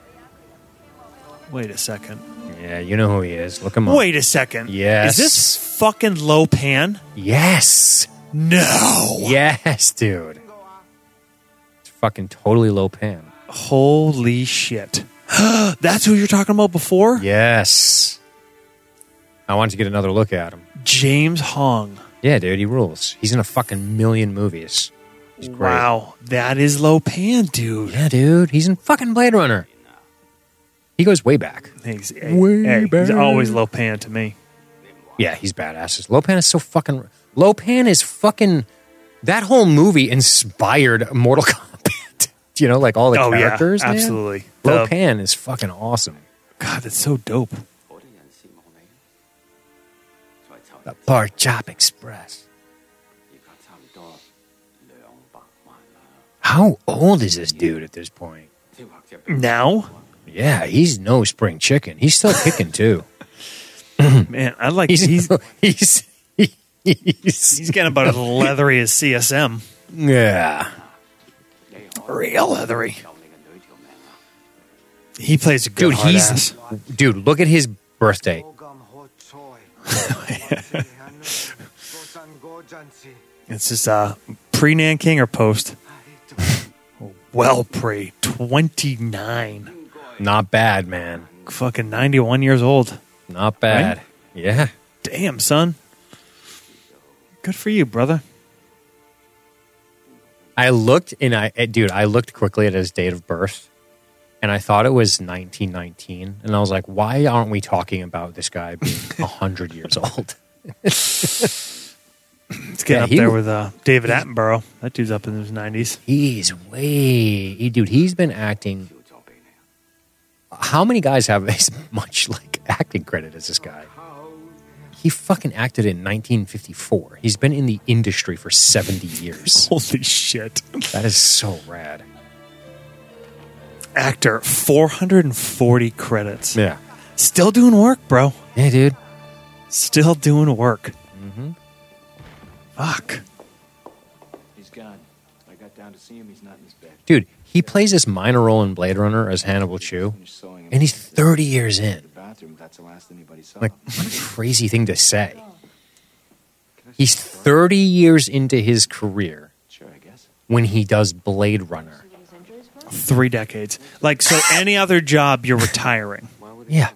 S3: Wait a second.
S2: Yeah, you know who he is. Look him up.
S3: Wait a second.
S2: Yes.
S3: Is this fucking low pan?
S2: Yes.
S3: No.
S2: Yes, dude. It's fucking totally low pan.
S3: Holy shit. That's who you're talking about before?
S2: Yes. I wanted to get another look at him.
S3: James Hong.
S2: Yeah, dude, he rules. He's in a fucking million movies. He's great.
S3: Wow. That is low pan, dude.
S2: Yeah, dude, he's in fucking Blade Runner. He goes way back.
S3: He's,
S2: Way
S3: hey, he's
S2: back.
S3: always low pan to me.
S2: Yeah, he's badass. Lopan is so fucking. Lopan is fucking. That whole movie inspired Mortal Kombat. you know, like all the
S3: oh,
S2: characters.
S3: yeah.
S2: man?
S3: Absolutely. The-
S2: Lopan is fucking awesome.
S3: God, that's so dope.
S2: The Bar Chop Express. How old is this dude at this point?
S3: Now?
S2: Yeah, he's no spring chicken. He's still kicking too.
S3: Man, I like
S2: He's
S3: he's
S2: he's, he's
S3: he's getting about as leathery as CSM.
S2: yeah.
S3: Real leathery. He plays a good
S2: Dude,
S3: hard
S2: he's
S3: ass.
S2: dude. Look at his birthday.
S3: It's just uh, pre Nan King or post? Well, pre 29.
S2: Not bad, man.
S3: Fucking 91 years old.
S2: Not bad.
S3: Right?
S2: Yeah.
S3: Damn, son. Good for you, brother.
S2: I looked and I, eh, dude, I looked quickly at his date of birth and I thought it was 1919. And I was like, why aren't we talking about this guy being 100 years old?
S3: It's getting
S2: Yeah,
S3: up
S2: he
S3: there
S2: w-
S3: with uh, David Attenborough. That dude's up in his 90s.
S2: He's way, he- dude, he's been acting. How many guys have as much like acting credit as this guy? He fucking acted in 1954. He's been in the industry for 70 years.
S3: Holy shit.
S2: That is so rad.
S3: Actor, 440 credits.
S2: Yeah.
S3: Still doing work, bro.
S2: Yeah, dude.
S3: Still doing work. Fuck.
S8: He's gone. I got down to see him. He's not in his bed.
S2: Dude, he plays this minor role in Blade Runner as Hannibal Chew,
S8: Finished sewing him
S2: and he's
S8: up in
S2: 30 years in.
S8: The bathroom. That's the last anybody saw.
S2: Like, what a crazy thing to say. He's 30 years into his career
S8: Sure, I guess.
S2: when he does Blade Runner.
S7: These injuries were?
S3: Three decades. Like, so any other job, you're retiring.
S2: Yeah.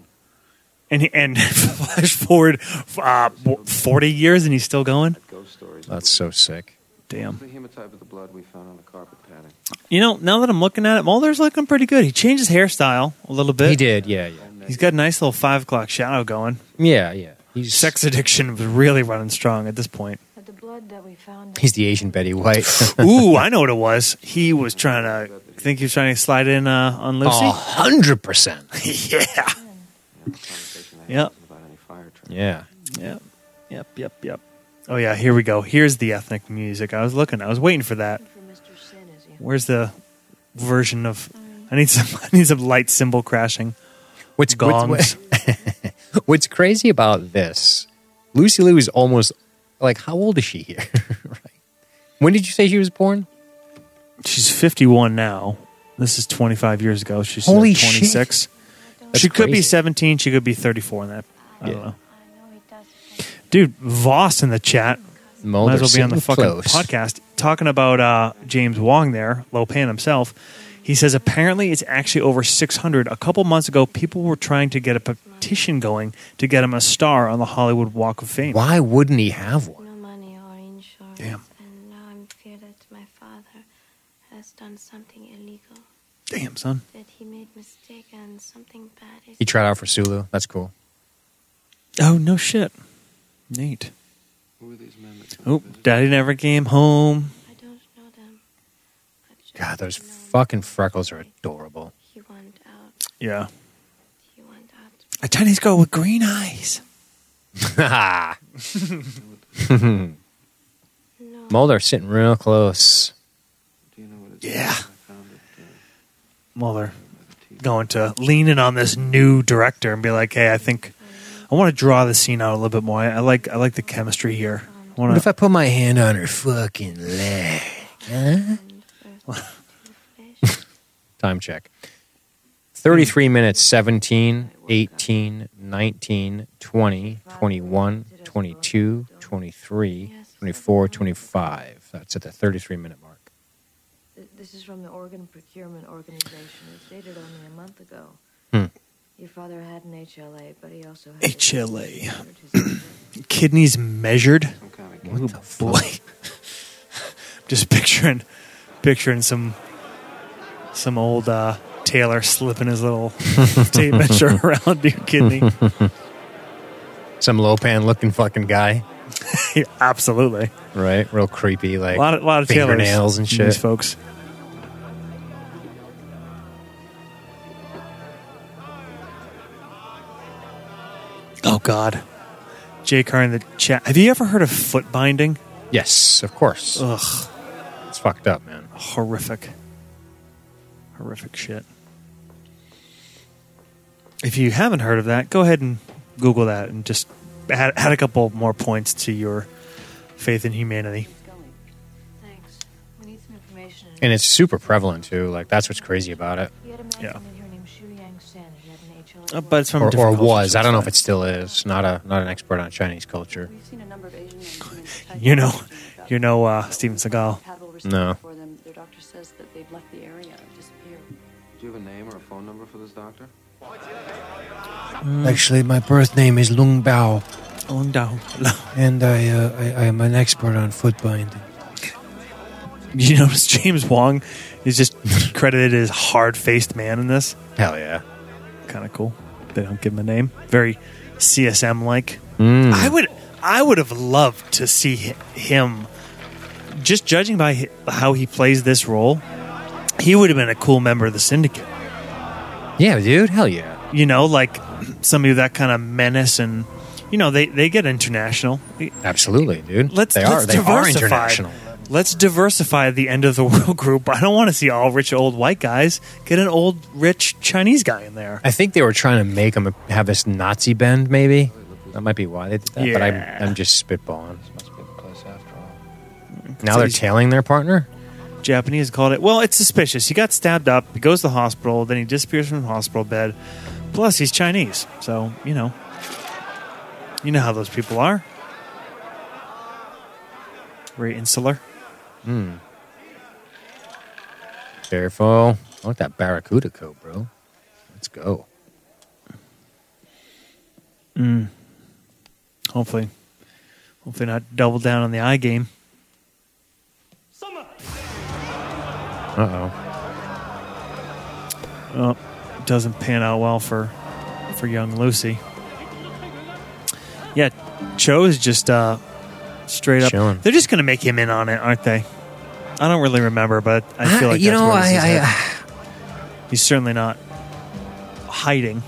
S3: And, and flash forward uh, 40 years and he's still going?
S4: Ghost stories.
S2: That's so sick.
S3: Damn.
S4: the hemotype of the blood we found on the carpet pattern.
S3: You know, now that I'm looking at it, Mulder's looking pretty good. He changed his hairstyle a little bit.
S2: He did, yeah, yeah.
S3: He's got a nice little five o'clock shadow going.
S2: Yeah, yeah. He's
S3: Sex addiction was really running strong at this point.
S7: But the blood that we found.
S2: He's the Asian Betty White.
S3: Ooh, I know what it was. He was trying to. I think he was trying to slide in uh, on
S2: A
S3: Lucy.
S2: hundred percent.
S3: yeah. Yep.
S4: About any fire truck.
S2: Yeah.
S3: Yep. Yep. Yep. Yep. Oh yeah. Here we go. Here's the ethnic music. I was looking. I was waiting for that.
S7: For Mr. Sin, is he?
S3: Where's the version of? I need some. I need some light cymbal crashing.
S2: What's
S3: Gongs.
S2: What's, what's crazy about this? Lucy Liu is almost like how old is she here? right. When did you say she was born?
S3: She's 51 now. This is 25 years ago. She's uh,
S2: Holy shit.
S3: 26.
S2: That's
S3: she could be
S2: crazy.
S3: 17. She could be 34 in that. I don't
S2: Yeah.
S3: know.
S7: I know he does.
S3: Dude, Voss in the chat.
S2: Mulder
S3: might as well be on the
S2: sitting
S3: fucking
S2: close.
S3: podcast talking about uh, James Wong there, Lopan himself. He says apparently it's actually over 600. A couple months ago, people were trying to get a petition going to get him a star on the Hollywood Walk of Fame.
S2: Why wouldn't he have one?
S9: No money or insurance.
S3: Damn.
S9: And now I'm feared that my father has done something illegal,
S3: Damn, son.
S9: that he made mistake and something bad is.
S2: He tried out for Sulu. That's cool.
S3: Oh, no shit. Nate.
S4: Who are these men that
S3: Oh, daddy never came home.
S9: I don't know them. I've just
S2: God, those
S9: known
S2: fucking freckles are adorable.
S9: He wanted
S3: Yeah.
S9: Do you want out?
S3: A Chinese girl with green eyes.
S9: No.
S2: Mulder sitting real close.
S4: Do you know what it's
S3: Yeah.
S4: like? I found it. Uh,
S3: Muller going to lean in on this new director and be like, "Hey, I think I want to draw the scene out a little bit more. I, I like I like the chemistry here. I
S2: What
S3: want
S2: if
S3: to
S2: I put my hand on her fucking leg? Huh? Time check. 33 minutes 17, 18, 19, 20, 21, 22, 23, 24, 25. That's at the 33 minute mark.
S7: Th- This is from the organ procurement organization. It's dated only a month ago.
S2: Hmm.
S7: Your father had an HLA, but he also had
S3: HLA
S7: HLA.
S3: kidneys measured.
S4: some kind of
S2: What
S3: Boy, just picturing picturing some some old uh, Taylor slipping his little tape measure around your kidney.
S2: Some low pan looking fucking guy,
S3: Yeah, Absolutely,
S2: right? Real creepy, like
S3: a lot of, a lot of Taylors,
S2: fingernails and
S3: These
S2: shit.
S3: folks. Oh God, Jay Carr in the chat. Have you ever heard of foot binding?
S2: Yes, of course.
S3: Ugh,
S2: It's fucked up, man.
S3: horrific, horrific shit. If you haven't heard of that, go ahead and Google that and just add, add a couple more points to your faith in humanity.
S7: Thanks. We need some information.
S2: And it's super prevalent, too. Like, that's what's crazy about it.
S7: You had a man
S3: Yeah.
S7: come in here named Shu Yang San who had an HLA.
S3: Uh, but it's from
S2: Or, or
S3: different cultures,
S2: was.
S3: so
S2: I don't know
S3: it's
S2: if it still is. Not a not an expert on Chinese culture.
S10: We've seen a number of Asian men.
S3: You know, you know uh, Steven Seagal.
S2: No.
S10: For them, their doctor says that they've left the area and disappeared.
S4: Do you have a name or a phone number for this doctor?
S2: Mm. Actually, my birth name is Lung Bao,
S3: Long down.
S2: and I, uh, I, I am an expert on foot binding.
S3: You notice James Wong is just credited as hard faced man in this.
S2: Hell yeah.
S3: Kind of cool. They don't give him a name. Very CSM like.
S2: Mm.
S3: I would I would have loved to see hi- him. Just judging by hi- how he plays this role, he would have been a cool member of the syndicate.
S2: Yeah, dude. Hell yeah.
S3: You know, like somebody with that kind of menace and you know they they get international.
S2: Absolutely, dude.
S3: let's
S2: they
S3: let's
S2: are. They are
S3: diversify.
S2: international.
S3: Let's diversify the end of the world group. I don't want to see all rich old white guys. Get an old rich Chinese guy in there.
S2: I think they were trying to make them have this Nazi bend, maybe. That might be why they did that. But
S3: Yeah.
S2: I'm, I'm just spitballing.
S4: Must be the place after all.
S2: Now they're
S3: Please.
S2: tailing their partner.
S3: Japanese called it. Well, it's suspicious. He got stabbed up. He goes to the hospital. Then he disappears from the hospital bed. Plus, he's Chinese, so you know, you know how those people are. Very insular.
S2: Careful. I want that Barracuda coat, bro. Let's go.
S3: Hopefully, hopefully not double down on the eye game.
S2: Uh oh.
S3: Well, it doesn't pan out well for for young Lucy. Yeah, Cho is just uh, straight up.
S2: Chilling.
S3: They're just going to make him in on it, aren't they? I don't really remember, but I feel like
S2: you
S3: that's
S2: know,
S3: where this
S2: I,
S3: is
S2: I,
S3: headed. he's certainly not hiding.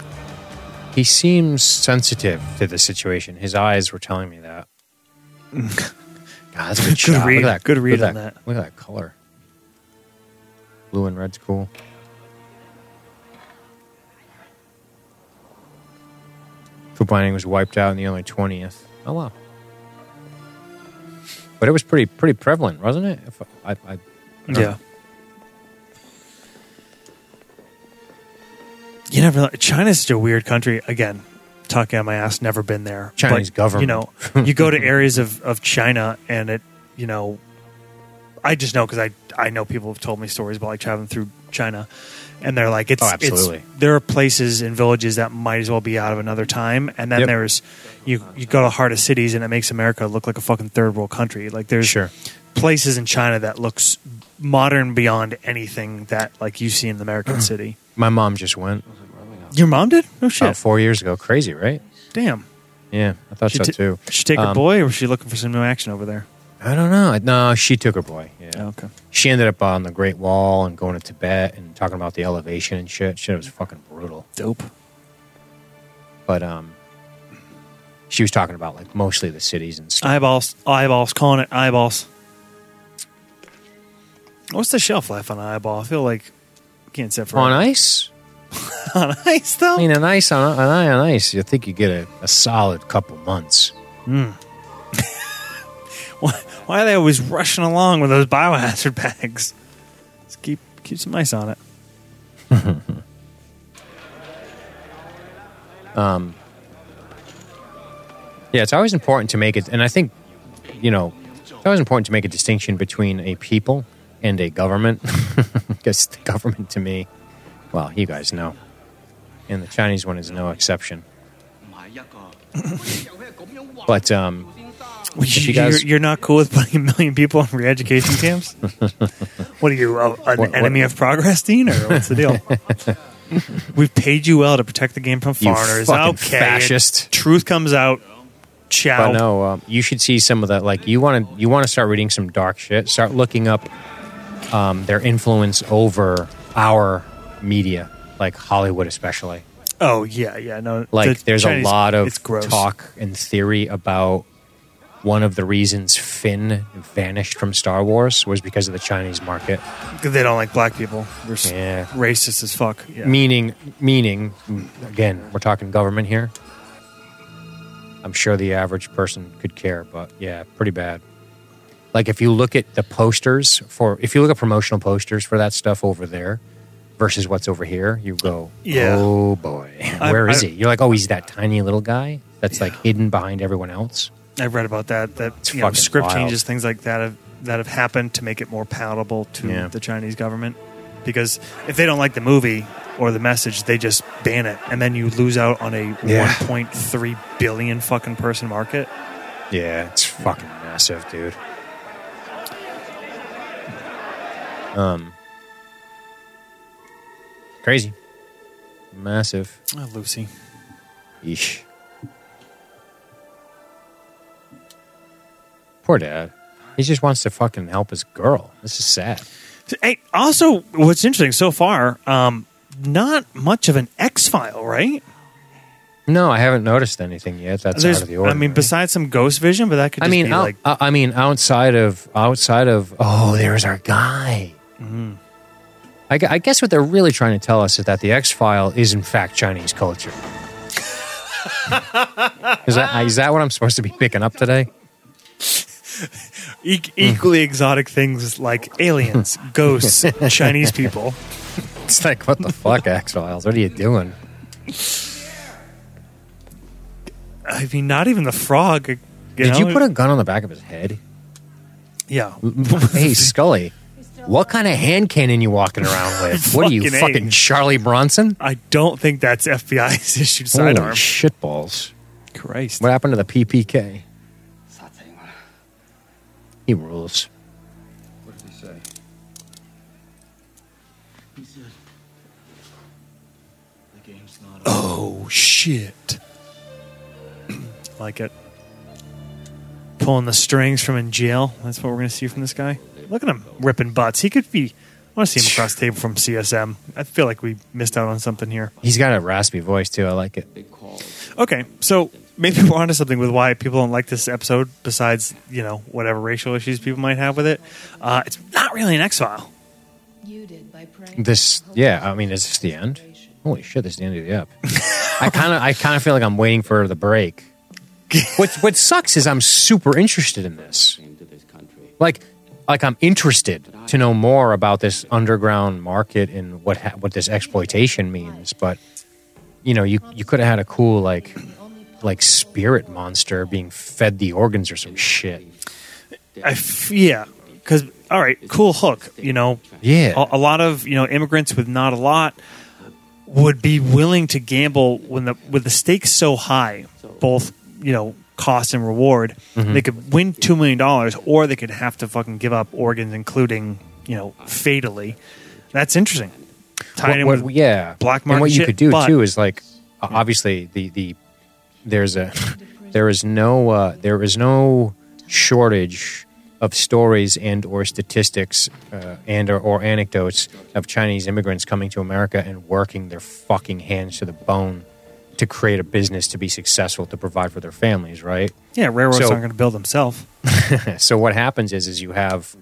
S2: He seems sensitive to the situation. His eyes were telling me that. God, that's a good, shot.
S3: read.
S2: Look at that.
S3: Good read
S2: look at
S3: on that.
S2: Look at that color. Blue and red's cool. Food binding was wiped out in the early twentieth. Oh wow! But it was pretty pretty prevalent, wasn't it? If I, I, I
S3: Yeah. You never. know. China's such a weird country. Again, talking on my ass. Never been there.
S2: Chinese government.
S3: You know, you go to areas of, of China, and it. You know, I just know because I I know people have told me stories about like traveling through China, and they're like, it's
S2: Oh,
S3: it's-
S2: absolutely.
S3: there are places and villages that might as well be out of another time, and then
S2: Yep.
S3: there's you you go to the heart of cities, and it makes America look like a fucking third world country. Like there's
S2: Sure.
S3: places in China that looks modern beyond anything that like you see in the
S2: Mm.
S3: American city.
S2: my mom just went
S3: Your mom did? No shit.
S2: about four years ago. Crazy, right?
S3: Damn.
S2: Yeah, I thought
S3: She
S2: Oh. so
S3: ta-
S2: too.
S3: She take her
S2: Um,
S3: boy, or was she looking for some new action over there?
S2: I don't know. No, she took her boy. Yeah.
S3: okay.
S2: She ended up on the Great Wall and going to Tibet and talking about the elevation and shit. Shit was fucking brutal.
S3: Dope.
S2: But um, she was talking about like mostly the cities and stuff.
S3: Eyeballs, eyeballs, calling it eyeballs. What's the shelf life on eyeball? I feel like you can't set for
S2: on ice,
S3: on ice though.
S2: I mean, on ice on an eye on ice, you think you get a, a solid couple months.
S3: Why, why are they always rushing along with those biohazard bags? Let's keep keep some ice on it.
S2: Yeah, it's always important to make it, and I think, you know, it's always important to make a distinction between a people and a government. Because the government to me, well, you guys know. And the Chinese one is no exception. But um, If you guys-
S3: are not cool with putting a million people on re-education camps. what are you, a, an
S2: what-
S3: enemy of progress, Dean, or what's the deal? We've paid you well to protect the game from
S2: You
S3: foreigners.
S2: fucking
S3: okay,
S2: fascist.
S3: Truth comes out. Ciao.
S2: but no, uh, you should see some of that. Like you want to, you want to start reading some dark shit. Start looking up um, their influence over our media, like Hollywood, especially.
S3: Oh yeah, yeah. No,
S2: like
S3: the
S2: there's
S3: Chinese-
S2: a lot
S3: it's
S2: of
S3: gross.
S2: talk and theory about one of the reasons Finn vanished from Star Wars was because of the Chinese market.
S3: They don't like black people. They're s-
S2: Yeah.
S3: racist as fuck. Yeah.
S2: Meaning, meaning, again, we're talking government here. I'm sure the average person could care, but yeah, pretty bad. Like if you look at the posters for, if you look at promotional posters for that stuff over there versus what's over here, you go,
S3: Yeah.
S2: oh boy,
S3: I-
S2: where is
S3: I-
S2: he? You're like, oh, he's that tiny little guy that's like hidden behind everyone else.
S3: I've read about that. That
S2: It's
S3: you know,
S2: fucking
S3: script
S2: wild.
S3: changes, things like that, have, that have happened to make it more palatable to
S2: Yeah.
S3: the Chinese government. Because if they don't like the movie or the message, they just ban it, and then you lose out on a
S2: Yeah.
S3: 1.3 billion fucking person market.
S2: Yeah, it's fucking massive, dude. Um, Um, crazy, massive.
S3: Oh, Lucy,
S2: Yeesh. Poor dad. He just wants to fucking help his girl. This is sad.
S3: Hey, also, what's interesting so far, um, not much of an X file, right?
S2: No, I haven't noticed anything yet. That's out of the
S3: I
S2: ordinary.
S3: mean, besides some ghost vision, but that could.
S2: I
S3: Just
S2: mean,
S3: be
S2: out- uh,
S3: like
S2: I I mean, outside of outside of oh, there's our guy.
S3: Mm-hmm.
S2: I, gu- I guess what they're really trying to tell us is that the X File is in fact Chinese culture. is that is that what I'm supposed to be picking up today?
S3: E- equally exotic things like aliens, ghosts, Chinese people.
S2: It's like what the fuck, X Files? What are you doing?
S3: I mean, not even the frog. You
S2: Did
S3: know?
S2: you put a gun on the back of his head?
S3: yeah?
S2: hey, Scully. What kind of hand cannon you walking around with? What are you,
S3: Fucking A.
S2: fucking Charlie Bronson?
S3: I don't think that's FBI's issued sidearm.
S2: Holy shitballs.
S3: Christ!
S2: What happened to the PPK? He rules.
S4: What did he say?
S8: He said, the game's not over.
S3: Oh shit! like it. Pulling the strings from in jail. That's what we're gonna see from this guy. Look at him ripping butts. He could be. I want to see him across the table from CSM. I feel like we missed out on something here.
S2: He's got a raspy voice too. I like it.
S4: They called.
S3: Okay, so maybe we're onto something with why people don't like this episode. Besides, you know, whatever racial issues people might have with it, uh, it's not really an X file.
S7: You did by praying.
S2: This, yeah. I mean, is this the end? Holy shit! This is the end of the app. I kind of, I kind of feel like I'm waiting for the break. What What sucks is I'm super interested in this.
S8: Came to this country.
S2: Like, like I'm interested to know more about this underground market and what ha- what this exploitation means. But you know, you you could have had a cool like like spirit monster being fed the organs or some shit.
S3: I f- yeah, because all right, cool hook. You know,
S2: Yeah.
S3: a, a lot of you know immigrants with not a lot would be willing to gamble when the with the stakes so high, both you know cost and reward.
S2: Mm-hmm.
S3: They could win two million dollars, or they could have to fucking give up organs, including you know fatally. That's interesting. Tied in
S2: What-
S3: with
S2: what- yeah
S3: black
S2: and what
S3: market
S2: you
S3: shit,
S2: could do
S3: but-
S2: too is like uh, obviously the the there's a there is no uh, there is no shortage of stories and or statistics uh, and or, or anecdotes of Chinese immigrants coming to America and working their fucking hands to the bone to create a business to be successful to provide for their families, right?
S3: Yeah, railroads
S2: So-
S3: aren't going to build themselves.
S2: so what happens is is you have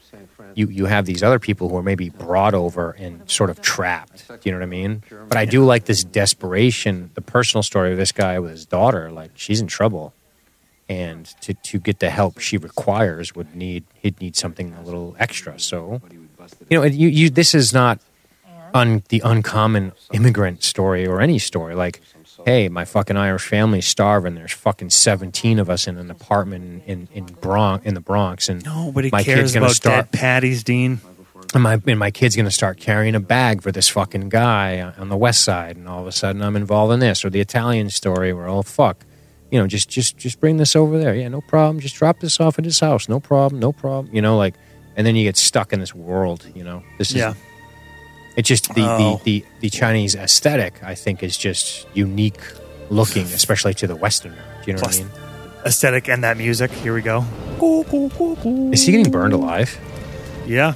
S2: you, you have these other people who are maybe brought over and sort of trapped. Do you know what I mean? But I do like this desperation, the personal story of this guy with his daughter. Like she's in trouble, and to, to get the help she requires would need he'd need something a little extra. So you know, and you, you this is not un, the uncommon immigrant story or any story. Like, hey, my fucking Irish family's starving. There's fucking 17 of us in an apartment in, in, Bronx, in the Bronx. And
S3: Nobody
S2: my
S3: cares
S2: kid's gonna
S3: about
S2: start,
S3: dead patties, Dean.
S2: and my, and my kid's going to start carrying a bag for this fucking guy on the west side. And all of a sudden I'm involved in this or the Italian story where, oh, fuck. You know, just just just bring this over there. Yeah, no problem. Just drop this off at his house. No problem. No problem. You know, like, and then you get stuck in this world. You know, this is
S3: Yeah.
S2: it's just the,
S3: Oh.
S2: the, the, the Chinese aesthetic, I think, is just unique looking, especially to the Westerner. Do you know
S3: Plus-
S2: what I
S3: Aesthetic and that music. Here we go.
S2: mean? Is he getting burned alive?
S3: Yeah.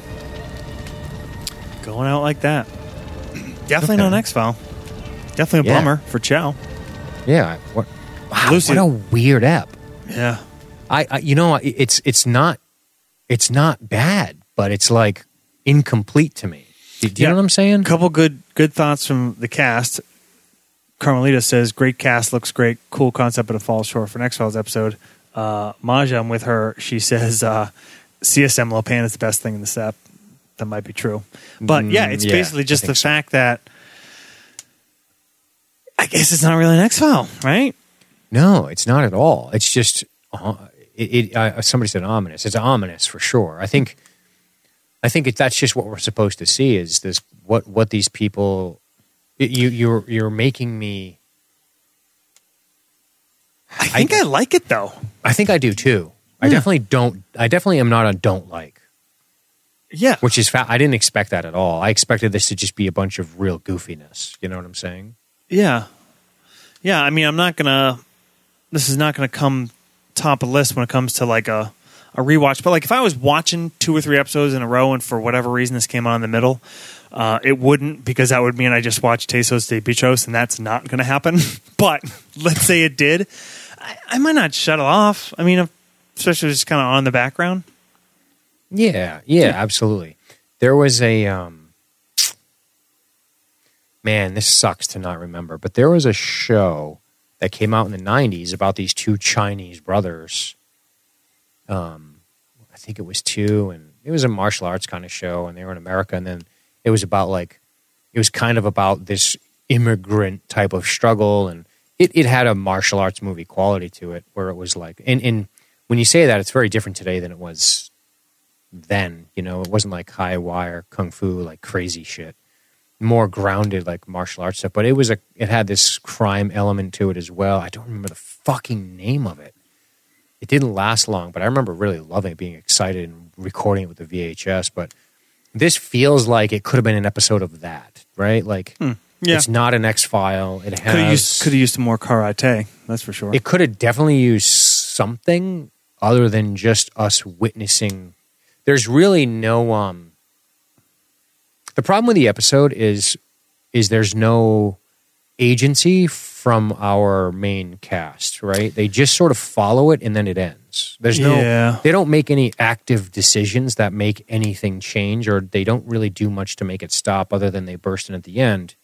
S3: Going out like that. Definitely
S2: Okay.
S3: not an X File. Definitely a
S2: Yeah.
S3: bummer for Chow.
S2: Yeah. What, wow,
S3: Lucy-
S2: what a weird app.
S3: Yeah.
S2: I, I you know I- it's it's not it's not bad, but it's like incomplete to me. Do, do you
S3: Yeah.
S2: know what I'm saying?
S3: couple good good thoughts from the cast. Carmelita says, "Great cast, looks great, cool concept, but it falls short for an X Files episode." Uh, Maja, I'm with her. She says, uh, "CSM Lopan is the best thing in this app." That might be true, but
S2: Mm,
S3: yeah, it's
S2: yeah,
S3: basically
S2: I
S3: just the
S2: think so.
S3: fact that I guess it's not really an X File, right?
S2: No, it's not at all. It's just uh, it. it uh, somebody said ominous. It's ominous for sure. I think, I think it, that's just what we're supposed to see is this what what these people. it- You you're you're making me.
S3: I think I, like it though.
S2: I think I do too. I
S3: Yeah.
S2: definitely don't. I definitely am not a don't like,
S3: Yeah,
S2: which is fa- I didn't expect that at all. I expected this to just be a bunch of real goofiness. You know what I'm saying?
S3: Yeah. Yeah, I mean, I'm not going to this is not going to come top of the list when it comes to like a a rewatch, but like if I was watching two or three episodes in a row and for whatever reason this came on in the middle, uh, it wouldn't because that would mean I just watched Tesos de Bichos and that's not going to happen. but let's say it did, I, I might not shut it off. I mean, especially if it's just kind of on the background.
S2: Yeah, yeah, absolutely. There was a um man, this sucks to not remember, but there was a show that came out in the 90s about these two Chinese brothers. Um I think it was two and it was a martial arts kind of show and they were in America and then it was about like it was kind of about this immigrant type of struggle and it, it had a martial arts movie quality to it where it was like and, and when you say that it's very different today than it was then. You know, it wasn't like high wire kung fu like crazy shit. More grounded like martial arts stuff, but it was a it had this crime element to it as well. I don't remember the fucking name of it. It didn't last long, but I remember really loving it, being excited and recording it with the VHS. But this feels like it could have been an episode of that, right? Like
S3: Hmm. yeah.
S2: it's not an X file. It has
S3: Could have used could have used some more karate, that's for sure.
S2: it could have definitely used something other than just us witnessing. There's really no um the problem with the episode is is there's no agency from our main cast, right? They just sort of follow it and then it ends. There's no
S3: Yeah.
S2: they don't make any active decisions that make anything change or they don't really do much to make it stop other than they burst in at the end.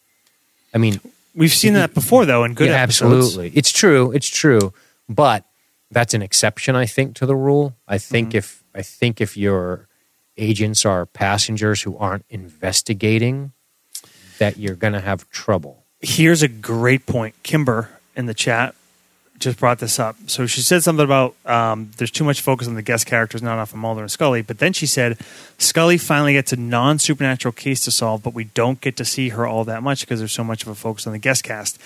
S2: I mean,
S3: We've seen that before though in good
S2: yeah,
S3: episodes.
S2: absolutely it's true it's true but that's an exception i think to the rule i think
S3: Mm-hmm.
S2: if i think if your agents are passengers who aren't investigating that you're going to have trouble
S3: here's a great point. Kimber in the chat just brought this up. So she said something about um, there's too much focus on the guest characters, not enough on Mulder and Scully. But then she said Scully finally gets a non supernatural case to solve, but we don't get to see her all that much because there's so much of a focus on the guest cast.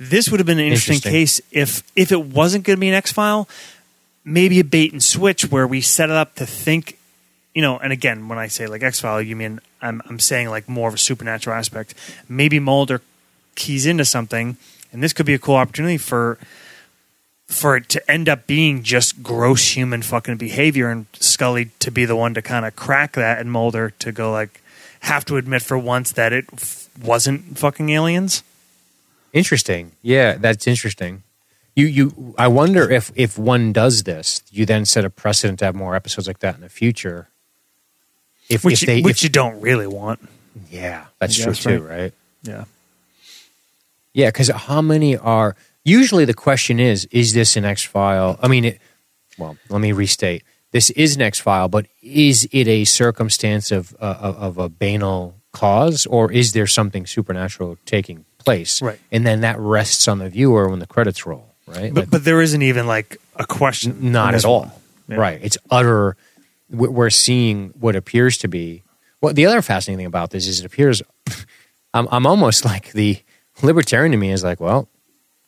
S3: This would have been an interesting,
S2: Interesting.
S3: case if if it wasn't going to be an X file. Maybe a bait and switch where we set it up to think you know, and again, when I say like X File, you mean I'm I'm saying like more of a supernatural aspect. Maybe Mulder keys into something, and this could be a cool opportunity for for it to end up being just gross human fucking behavior and Scully to be the one to kind of crack that and Mulder to go like have to admit for once that it f- wasn't fucking aliens.
S2: Interesting. Yeah, that's interesting. You, you. I wonder if if one does this, you then set a precedent to have more episodes like that in the future. If,
S3: Which,
S2: if they,
S3: you, which
S2: if-
S3: you don't really want.
S2: yeah, that's
S3: Yeah,
S2: true
S3: that's
S2: too,
S3: right.
S2: right?
S3: Yeah.
S2: Yeah, because how many are usually the question is, is this an X file? I mean, it, well, let me restate. This is an X file, but is it a circumstance of, uh, of of a banal cause, or is there something supernatural taking place?
S3: Right.
S2: and then that rests on the viewer when the credits roll, right?
S3: But,
S2: Like,
S3: but there isn't even like a question.
S2: not
S3: on this
S2: at all, right?
S3: one. Yeah.
S2: It's utter. we- We're seeing what appears to be. Well, the other fascinating thing about this is it appears. I'm, I'm almost like the libertarian to me is like, well,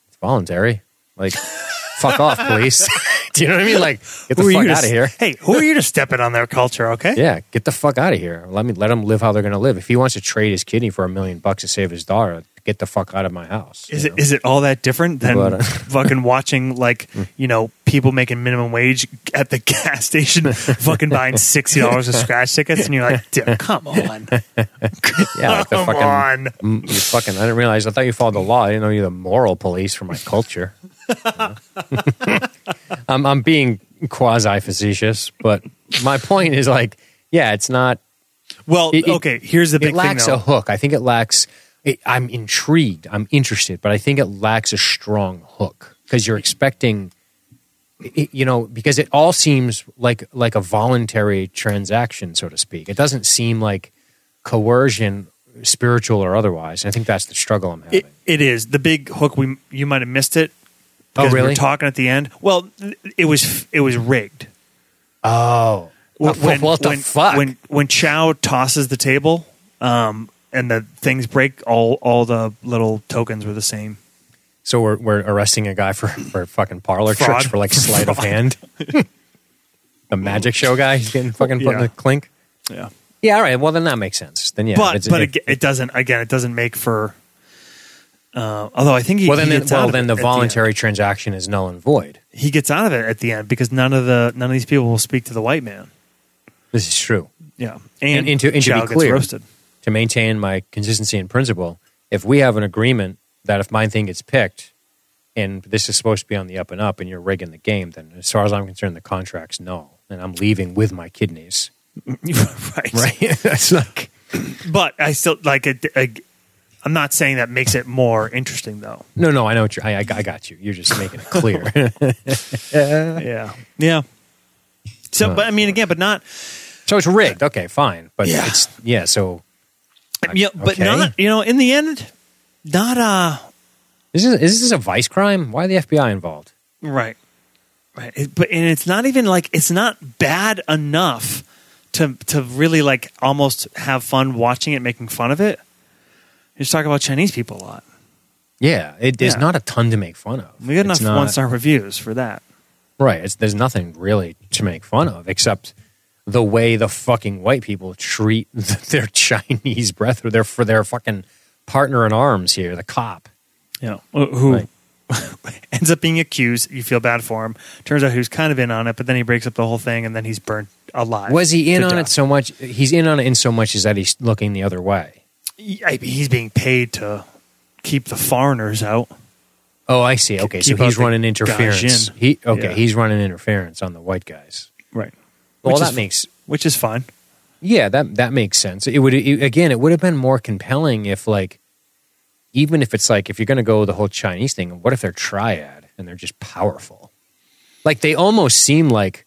S2: it's voluntary. Like, fuck off, police. Do you know what I mean? Like, get the
S3: Who are you
S2: fuck
S3: to
S2: out of
S3: s-
S2: here.
S3: Hey, who are you to step in on their culture, okay?
S2: Yeah, get the fuck out of here. Let me let him live how they're going to live. If he wants to trade his kidney for a million bucks to save his daughter, get the fuck out of my house.
S3: Is
S2: you
S3: it
S2: know?
S3: is it all that different than
S2: But, uh, Mm.
S3: fucking watching like you know people making minimum wage at the gas station fucking buying sixty dollars of scratch tickets and you're like, Dude, come on,
S2: yeah, like the
S3: come
S2: fucking
S3: on.
S2: Mm, you fucking, I didn't realize. I thought you followed the law. I didn't know you're the moral police for my culture. I'm, I'm being quasi facetious, but my point is like, yeah, it's not.
S3: Well,
S2: It- it-
S3: okay, here's the big
S2: It lacks
S3: thing
S2: a
S3: though.
S2: hook. I think it lacks. It, I'm intrigued. I'm interested, but I think it lacks a strong hook because you're expecting, it, you know, because it all seems like like a voluntary transaction, so to speak. It doesn't seem like coercion, spiritual or otherwise. And I think that's the struggle I'm having.
S3: It, it is the big hook. We you might have missed it.
S2: Oh,
S3: because We
S2: really?
S3: were talking at the end. Well, it was it was rigged.
S2: Oh.
S3: Wh-
S2: Well, what the
S3: when,
S2: fuck?
S3: When when Chow tosses the table, um, and the things break, all all the little tokens were the same.
S2: so we're, we're arresting a guy for, for fucking parlor
S3: Fraud.
S2: tricks for like sleight of hand. the magic show guy, he's getting fucking put in
S3: Yeah.
S2: the clink.
S3: Yeah,
S2: Yeah, all right. Well, then that makes sense. Then yeah,
S3: but
S2: it's-
S3: but
S2: it-
S3: it, it doesn't. Again, it doesn't make for. Uh, although I think he
S2: well then,
S3: he
S2: then
S3: gets out
S2: well
S3: of
S2: then
S3: it
S2: the
S3: at
S2: voluntary transaction is null and void.
S3: end. he gets out of it at the end because none of the none of these people will speak to the white man.
S2: This is true.
S3: Yeah,
S2: And- and to- and to
S3: Chow
S2: be clear-
S3: gets roasted.
S2: To maintain my consistency in principle, if we have an agreement that if my thing gets picked, and this is supposed to be on the up and up, and you're rigging the game, then as far as I'm concerned, the contract's null, and I'm leaving with my kidneys.
S3: right,
S2: Right? That's like
S3: But I still like it. I, I'm not saying that makes it more interesting though.
S2: No, no, I know. What you're, I, I I got you. You're just making it
S3: Oh.
S2: clear.
S3: Yeah. Yeah.
S2: Uh,
S3: So, but I mean, again, but not,
S2: so it's rigged. Okay, fine. But
S3: Yeah.
S2: it's yeah. So
S3: you know, but
S2: Okay.
S3: not, you know, in the end, not, uh,
S2: is this, is this a vice crime? Why the FBI involved?
S3: right. Right. It- but, and it's not even like, it's not bad enough to, to really like almost have fun watching it, making fun of it. You just talk about Chinese people a lot.
S2: Yeah, it, there's
S3: Yeah.
S2: not a ton to make fun of.
S3: We got enough
S2: It's not-
S3: one star reviews for that.
S2: Right. It's, there's nothing really to make fun of except the way the fucking white people treat their Chinese breath or their for their fucking partner in arms here, the cop.
S3: you know, wh- who
S2: Right.
S3: ends up being accused. You feel bad for him. Turns out he was kind of in on it, but then he breaks up the whole thing, and then he's burnt alive.
S2: Was he in
S3: to
S2: on it
S3: death.
S2: so much? He's in on it in so much is that he's looking the other way.
S3: He- I- he's being paid to keep the foreigners out.
S2: Oh, I see. Okay, so
S3: keep out
S2: he's
S3: the
S2: running
S3: guy
S2: interference.
S3: Jin.
S2: He okay,
S3: Yeah.
S2: he's running interference on the white guys.
S3: Right.
S2: Well,
S3: Which
S2: that
S3: is-
S2: makes
S3: Which is fine.
S2: yeah, that that makes sense. It would it- again, it would have been more compelling if like even if it's like if you're going to go the whole Chinese thing, what if they're triad and they're just powerful? Like they almost seem like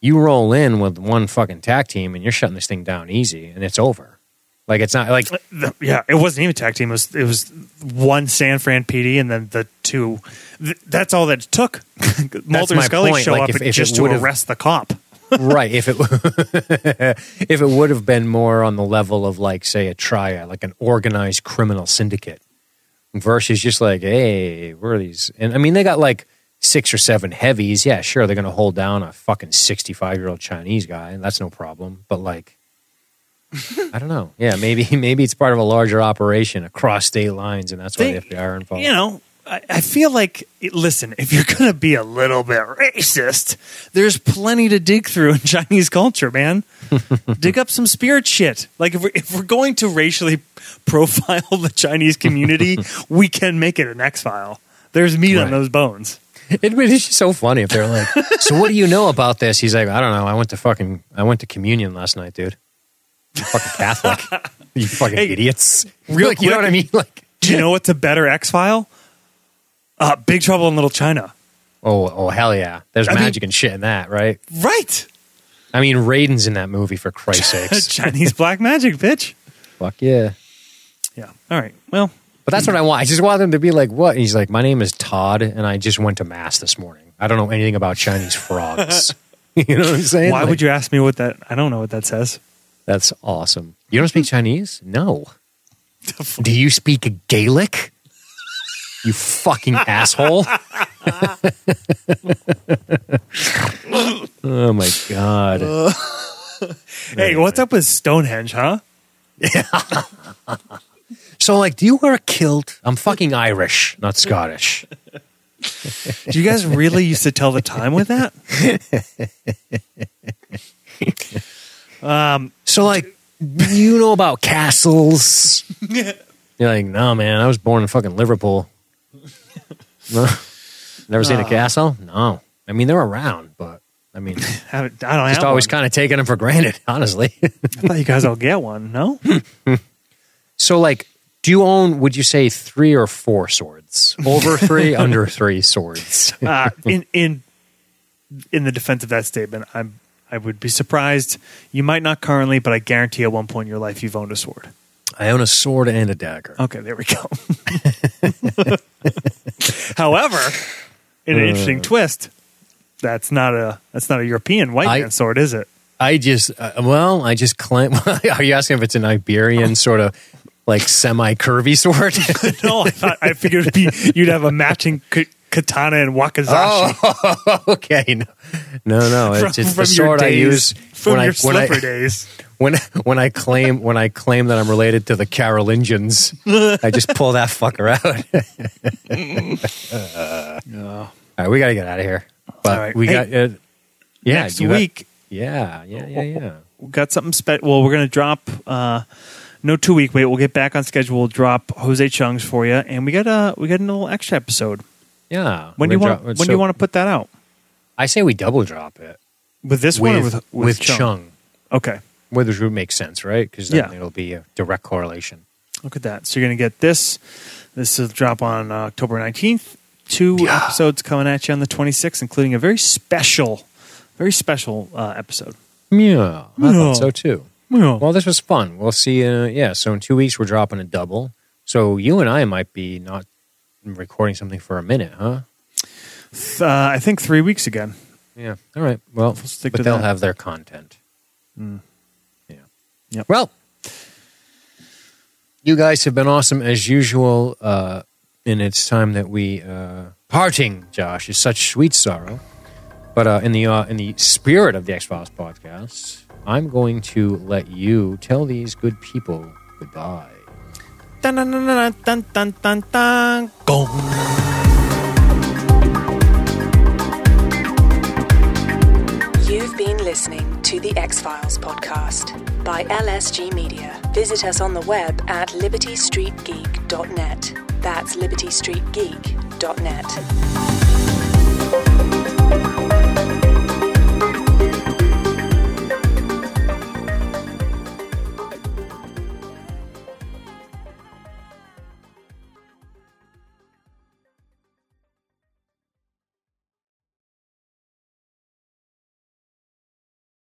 S2: you roll in with one fucking tag team and you're shutting this thing down easy and it's over. Like it's not like
S3: The- yeah, it wasn't even a tag team. It was it was one San Fran PD, and then the two. Th- that's all that it took. Mulder and
S2: my
S3: Scully
S2: point,
S3: show
S2: like,
S3: up
S2: if-
S3: and
S2: if it
S3: just to
S2: would've-
S3: arrest the cop.
S2: right if it if it would have been more on the level of like say a triad like an organized criminal syndicate versus just like hey where are these and i mean they got like six or seven heavies yeah sure they're gonna hold down a fucking 65 year old chinese guy and that's no problem but like i don't know yeah maybe maybe it's part of a larger operation across state lines and that's why
S3: They-
S2: the fbi are involved
S3: You know, I, I feel like, listen, if you're going to be a little bit racist, there's plenty to dig through in Chinese culture, man. dig up some spirit shit. Like, if we're, if we're going to racially profile the Chinese community, we can make it an X file. There's meat on
S2: Right.
S3: those bones.
S2: It'd be it's just so funny if they're like, "So what do you know about this?" He's like, "I don't know. I went to fucking I went to communion last night, dude. I'm fucking Catholic. you fucking
S3: Hey,
S2: idiots.
S3: real
S2: like, you know
S3: quick-
S2: what I mean? Like,
S3: Do you know what's a better X file? Uh, Big Trouble in Little China.
S2: oh, oh, hell yeah. There's
S3: I mean-
S2: magic and shit in that, right?
S3: Right.
S2: I mean, Raiden's in that movie for Christ's sakes.
S3: Chinese black magic, bitch.
S2: Fuck yeah.
S3: Yeah. All right. Well,
S2: But that's what I want. I just want them to be like, "What?" And he's like, "My name is Todd, and I just went to mass this morning. I don't know anything about Chinese frogs." you know what I'm saying?
S3: why
S2: Like,
S3: would you ask me what that? I don't know what that says.
S2: That's awesome. You don't speak Chinese? No. Do you speak Gaelic? You fucking asshole. oh my god.
S3: Hey, what's up with Stonehenge, huh?
S2: so like, do you wear a kilt? I'm fucking Irish, not Scottish.
S3: Do you guys really used to tell the time with that?
S2: So like, do you know about castles? You're like, no man, I was born in fucking Liverpool. No. Never seen a castle? No. I mean, they're around, but I mean,
S3: Haven't- I don't
S2: just
S3: have
S2: always
S3: one.
S2: kind of taking them for granted, honestly.
S3: I thought you guys all get one. No,
S2: So, like, do you own, would you say, three or four swords? Over three, under three swords?
S3: uh, in in in the defense of that statement, I'm I would be surprised. You might not currently, but I guarantee at one point in your life you've owned a sword.
S2: I own a sword and a dagger.
S3: Okay, there we go. However,
S2: Uh.
S3: in an interesting twist, that's not a that's not a European white
S2: I-
S3: man sword, is it?
S2: I just, uh, well, I just claim, are you asking if it's an Iberian sort of like semi curvy sword?
S3: No, I thought I figured it'd be, you'd have a matching k- katana and wakizashi
S2: oh, okay. No, no, no it's, it's the sword I use
S3: from your
S2: I, when,
S3: slipper
S2: I,
S3: days.
S2: when, when I claim when I claim that I'm related to the Carolingians. I just pull that fucker out.
S3: No.
S2: All right, we got to get out of here. But
S3: All right.
S2: we
S3: Hey,
S2: got uh, yeah
S3: Next
S2: you got-
S3: week,
S2: yeah, yeah, yeah, yeah.
S3: we got something special. Well, we're gonna drop. uh no two week wait. We'll get back on schedule. We'll drop Jose Chung's for you, and we got a we got a little extra episode.
S2: Yeah.
S3: When
S2: We're gonna
S3: do you want?
S2: drop-
S3: When
S2: so
S3: do you want to put that out?
S2: I say we double drop it
S3: With this one, or
S2: with
S3: with
S2: with, Chung,
S3: Okay,
S2: which would make sense, right? Because then
S3: Yeah.
S2: it'll be a direct correlation.
S3: look at that. So you're gonna get this. This will drop on uh, October 19th. Two episodes coming at you on the 26th, including a very special, very special uh, episode.
S2: Yeah, I
S3: Yeah.
S2: thought so too.
S3: Oh.
S2: Well, this was fun. We'll see. Uh, yeah, so in two weeks we're dropping a double. So you and I might be not recording something for a minute, huh?
S3: Uh, I think three weeks again.
S2: Yeah. All right. Well,
S3: stick
S2: but
S3: to
S2: they'll
S3: that.
S2: have their content. Yeah.
S3: Yep.
S2: Well, you guys have been awesome as usual. Uh, and it's time that we uh, parting. Josh is such sweet sorrow. But uh, in the uh, in the spirit of the X Files podcast, I'm going to let you tell these good people goodbye.
S3: Dun, dun, dun, dun, dun, dun, dun, dun. Gong.
S1: You've been listening to the X Files podcast by LSG Media. Visit us on the web at libertystreetgeek.net. That's libertystreetgeek.net.